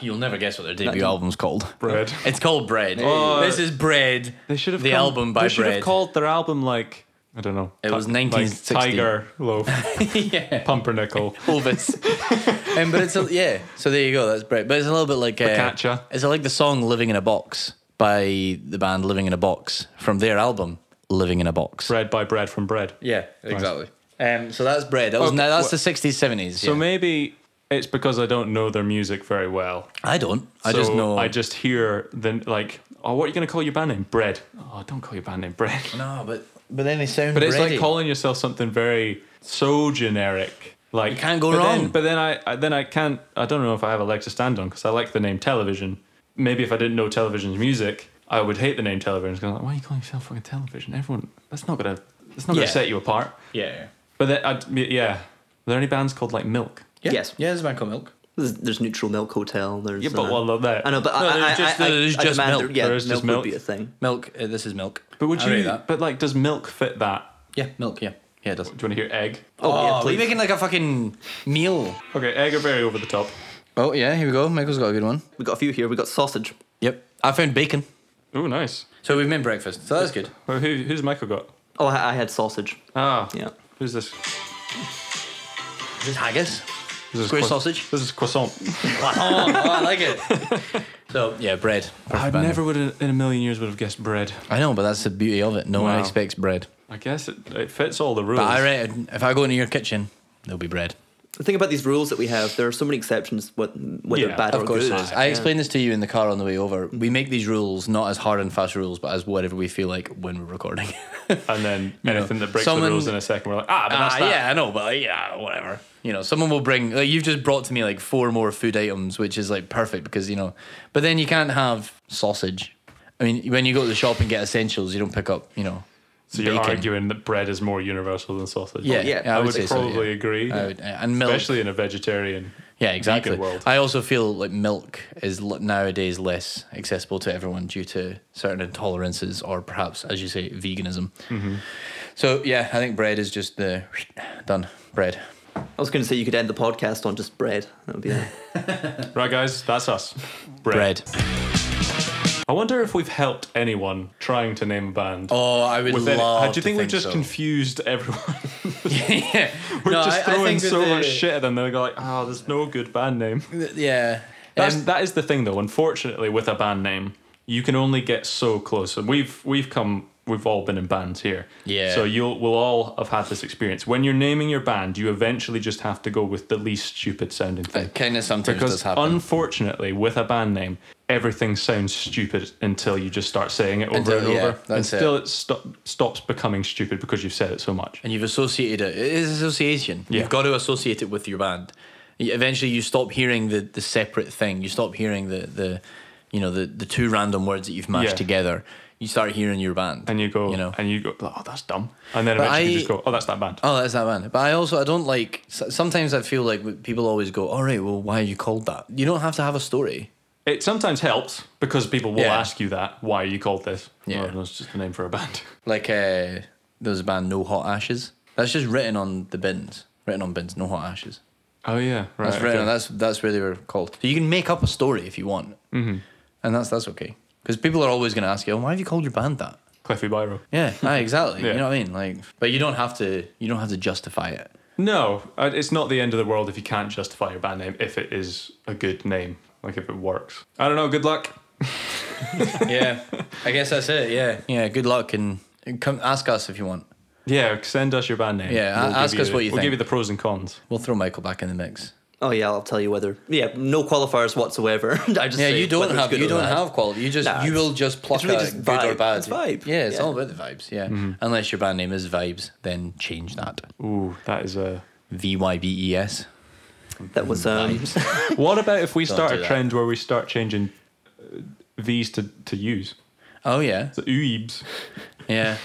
You'll never guess what their debut
Nineteen-
album's called.
Bread.
It's called Bread.
Oh.
this is Bread.
They should have
the
come-
album by
They should
Bread.
have called their album like I don't know.
It
ti-
was
like
1960.
Tiger Loaf,
yeah,
Pumpernickel.
Elvis. um, but it's a, yeah. So there you go. That's Bread. But it's a little bit like uh,
Focaccia.
It's like the song "Living in a Box" by the band Living in a Box from their album "Living in a Box."
bread by bread from bread.
Yeah, exactly. Um, so that's Bread. That was
Okay,
now that's
wh-
the sixties, seventies.
So maybe it's because I don't know their music very well.
I don't. I just
So
know.
I just hear the like. Oh, what are you gonna call your band name? Bread. Oh, don't call your band name bread.
no, but but then they sound.
But it's
bready.
like calling yourself something very so generic. Like you
can't go
but
wrong.
Then, but then I, I then I can't. I don't know if I have a leg to stand on because I like the name television. Maybe if I didn't know television's music, I would hate the name television. Because like, why are you calling yourself fucking television? Everyone, that's not gonna that's not
Yeah.
gonna set you apart.
Yeah.
But then, I'd, yeah, are there any bands called like Milk?
yeah.
Yes.
Yeah, there's Banco Milk.
There's, there's Neutral Milk Hotel. There's,
Yeah, but
uh,
well, I love that.
I know, but
No,
I,
there's
I,
just-
I, I,
there's
I
just
demand
milk.
There, yeah,
There is just
milk,
milk.
would be a thing.
Milk. Uh, this is milk.
But would
I
you?
rate that.
But like, does Milk fit that?
Yeah, milk. Yeah, yeah, it does.
Do you want to hear Egg?
Oh, yeah,
are you
please.
making like a fucking meal?
Okay, Egg are very over the top.
Oh yeah, here we go. Michael's got a good one.
we got a few here. We got sausage.
Yep, I found bacon.
Oh, nice.
So we've made breakfast. So that's good.
Well, who, who's Michael got?
Oh, I, I had sausage.
Ah,
Yeah.
Who's this?
Is this haggis?
This is
Square
croiss-
sausage?
This is croissant.
oh, I like it. So yeah, bread.
I never would have, in a million years, would have guessed bread.
I know, but that's the beauty of it. No one
Wow.
expects bread.
I guess it, it fits all the rules.
But I reckon if I go into your kitchen, there'll be bread.
The thing about these rules that we have, there are so many exceptions, wh- whether
Yeah,
bad
Of
or
course,
good.
it is. I explained this to you in the car on the way over. We make these rules not as hard and fast rules, but as whatever we feel like when we're recording.
And then
know,
anything that breaks
someone-
the rules in a second, we're like, ah, but that's
Ah,
that.
yeah, I know, but like, yeah, whatever. You know, someone will bring. Like, you've just brought to me like four more food items, which is like perfect because you know. But then you can't have sausage. I mean, when you go to the shop and get essentials, you don't pick up. You know.
So you're
bacon.
arguing that bread is more universal than sausage.
Yeah,
yeah,
yeah,
Oh, I,
I,
would,
say so,
probably
yeah.
agree.
I would, uh, and milk.
Especially in a vegetarian.
yeah, exactly.
world.
I also feel like milk is l- nowadays less accessible to everyone due to certain intolerances or perhaps, as you say, veganism.
Mm-hmm.
So yeah, I think bread is just the done bread.
I was going to say you could end the podcast on just bread. That would be it.
Right, guys, that's us.
Bread.
I wonder if we've helped anyone trying to name a band.
Oh, I would
within it.
love.
do you
to
think we've just
so.
confused everyone?
yeah.
We're
No, I- I
just throwing
think
so
that
much
the-
shit at them. They go like, "Oh, there's no good band name."
th- Yeah.
That's,
Um,
that is the thing, though. Unfortunately, with a band name, you can only get so close. And we've we've come, we've all been in bands here.
Yeah.
So you'll we'll all have had this experience. When you're naming your band, you eventually just have to go with the least stupid sounding thing.
that kind of sometimes does
Because
happen.
unfortunately, with a band name, everything sounds stupid until you just start saying it over
Until-
and
yeah,
over,
that's
and still it, sto- stops becoming stupid because you've said it so much.
and you've associated it. It is association.
Yeah.
You've got to associate it with your band. Y- Eventually, you stop hearing the, the separate thing. You stop hearing the, the you know the, the two random words that you've mashed
Yeah.
together. You start hearing your band,
and you go
you know,
and you go oh that's dumb and then
But
eventually you
I-
just go oh that's that band
Oh, that's that man. But I also I don't like. s- Sometimes I feel like w- people always go, "All right, well, why are you called that?" You don't have to have a story.
it sometimes helps because people will
Yeah.
ask you that why are you called this
Yeah.
oh, that's just the name for a band
Like uh, there's a band, No Hot Ashes. That's just written on the bins. Written on bins, No Hot Ashes.
oh yeah right
That's right. no, that's that's where they were called. So you can make up a story if you want, mm-hmm. and that's that's okay. Because people are always going to ask you, "Oh, "Why have you called your band that?"
Cliffy Byro
Yeah, aye, exactly.
Yeah.
You know what I mean? Like, but you don't have to. You don't have to justify it.
no uh, it's not the end of the world if you can't justify your band name if it is a good name like if it works I don't know good luck
Yeah, I guess that's it. Yeah, yeah. Good luck, and come ask us if you want.
yeah send us your band name
Yeah, a-
give
ask us
the-
what you
we'll give
think.
you the pros and cons
We'll throw Michael back in the mix.
oh yeah, I'll tell you whether. Yeah, no qualifiers whatsoever. I just
Yeah,
say
you don't
whether it's
have
good
you
or
don't
bad.
have quality. You just
Nah,
you
it's-
will just pluck
really
out
just
good or
vibe.
bad.
It's vibe.
Yeah, it's
Yeah. Mm-hmm.
all about the vibes. Yeah, unless your band name is Vibes, then change that.
ooh that is a
V Y B E S.
That was um,
what about if we start
do
a
that.
trend where we start changing uh, V's to, to U's
Oh yeah,
so ooebs
yeah.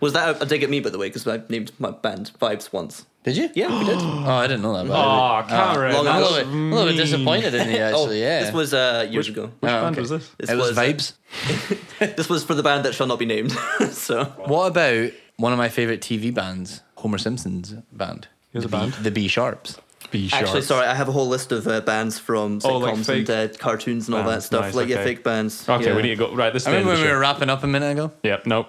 was that a, dig at me by the way? Because I named my band Vibes once.
Did you?
Yeah, we did.
Oh, I didn't know that. But
Aw,
Ah,
Karen,
well, I'm a
that's
little, bit, a little bit
mean.
disappointed in you, actually.
oh,
yeah.
this was uh, years ago.
which
Oh,
band
okay.
was this
This
it was,
was-
vibes.
This was for the band that shall not be named. so
What about one of my favorite TV bands, Homer Simpson's band.
He has
the
a band?
B, the B Sharps.
B sharp.
Actually, sorry, I have a whole list of uh, bands from
Oh,
sitcoms
like
and uh, cartoons and all that
bands.
stuff.
Nice,
like yeah,
okay.
fake bands.
Okay,
yeah.
we need to go. Right, this is
I
the end
remember
of
when
the
we were
show.
wrapping up a minute ago.
Yep, nope.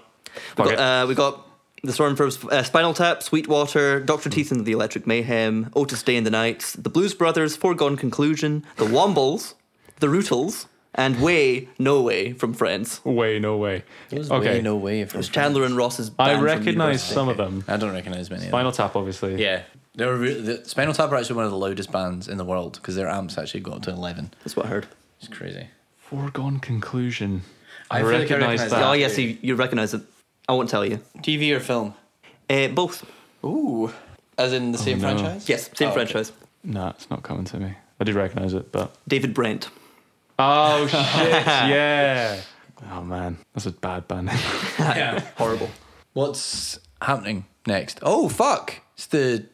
Got-
Fuck it.
uh, we got the Stormfurs, uh, Spinal Tap, Sweetwater, Doctor Teeth and the Electric Mayhem, Otis Day and the Nights, the Blues Brothers, Foregone Conclusion, the Wombles, the Rootles, and Way No Way from Friends.
Way, no way.
Way
Okay,
no way from
Chandler and Ross's. Band
I
from
recognize
university.
some of them.
I don't recognize many. of them.
Final Tap, obviously.
Yeah, they were re- the, Spinal Tap are actually one of the loudest bands in the world because their amps actually got up to eleven.
That's what I heard.
It's crazy.
Foregone conclusion. I,
I feel like I
recognize
recognise
that.
oh yes, you, you recognize it. I won't tell you.
TV or film?
Uh, both.
Ooh, as in the same
Oh, no. franchise?
Yes, same
Oh, okay.
franchise.
Nah, it's not coming to me. I did recognize it, but
David Brent.
oh shit, yeah. Oh man, that's a bad band.
Yeah.
Horrible.
What's happening next? Oh fuck! It's the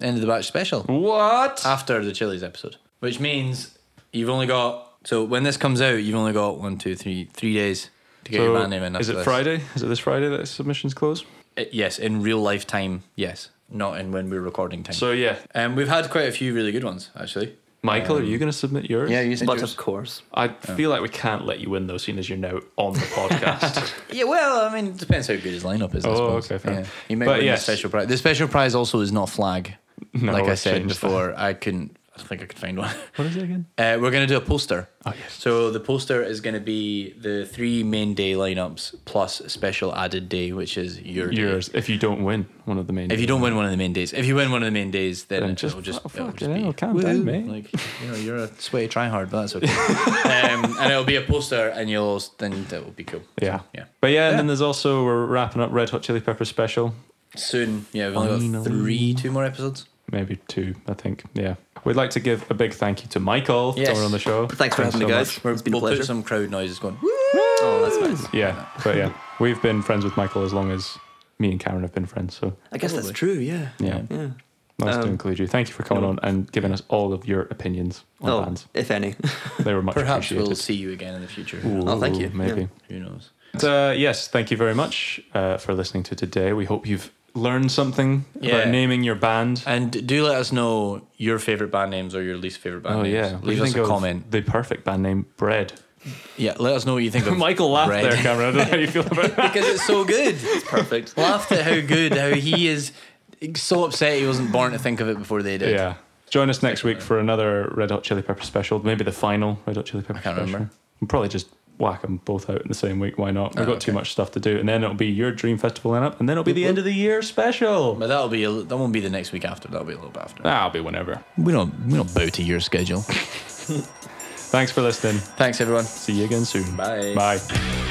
end of the batch special.
what?
after the Chili's episode, which means you've only got so when this comes out, you've only got one, two, three, three days to get your
So,
band name in.
is
after
it
this.
Friday? Is it this Friday that submissions close?
Uh, yes, in real life time. Yes, not in when we're recording time. So,
So yeah,
um, we've had quite a few really good ones actually.
Michael, are you going to submit yours?
you
But of course.
I
Oh.
feel like we can't let you win though, seeing as you're now on the podcast.
Yeah, well, I mean, it depends how good his lineup is. I
Oh,
suppose.
okay, fair.
Yeah. He may
But
win
yes.
the special prize. The special prize also is not flag. like I
let's
said
change that.
before, I couldn't. I don't think I could find one.
what is it again?
Uh, we're going to do a poster.
Oh, yes.
So the poster is going to be the three main day lineups plus a special added day, which is your day.
Yours. If you don't win one of the main,
If you don't win one of the main days, if you win one of the main days, then,
Then
just,
just-
it'll just,
oh,
it'll
fucking
just be
hell, calm down,
"Woo,"
mate.
Like you know, you're a sweaty tryhard, but that's okay. um, and it'll be a poster, and you'll then that will be cool.
yeah,
yeah.
But yeah, and then there's also we're wrapping up Red Hot Chili Pepper special.
Soon, yeah, we've only got
Finally.
three, two more episodes.
maybe two, I think. Yeah. We'd like to give a big thank you to Michael
Yes.
for coming on the show.
Thanks for having me,
so
guys.
We're,
It's been a
we'll
pleasure.
put some crowd noises going. "Woo!"
oh, that's nice.
much. Yeah. But yeah, we've been friends with Michael as long as me and Cameron have been friends. So
I guess
Probably.
that's true. Yeah.
yeah,
Yeah.
nice to
Um,
include you. Thank you for coming on and giving us all of your opinions on
Oh,
bands.
if any.
They were much
Perhaps
appreciated.
we'll see you again in the future.
Oh, thank you.
Maybe.
Yeah.
Who knows?
But, uh, yes, thank you very much uh, for listening to today. We hope you've learned something
Yeah.
about naming your band.
And do let us know your favorite band names or your least favorite band
Oh
names.
yeah, What do
leave
you
us
think
a
of
comment.
The perfect band name, Bread.
Yeah, let us know what you think of
Michael laughed
Bread.
there, Cameron. I don't know how you feel about that.
because it's so good.
Perfect.
laughed at how good, how he is so upset he wasn't born to think of it before they did.
Yeah. Join us next week for another Red Hot Chili Pepper special. Maybe the final Red Hot Chili Pepper
can't
special.
remember.
We'll probably just whack them both out in the same week. Why not? We've
Oh,
got too
okay.
much stuff to do, and then it'll be your Dream Festival lineup, and then it'll be the end of the year special.
But that'll be a, that won't be the next week after. That'll be a little bit after.
That'll be whenever.
We don't we don't bow to your schedule.
Thanks for listening.
Thanks everyone.
See you again soon.
Bye.
Bye.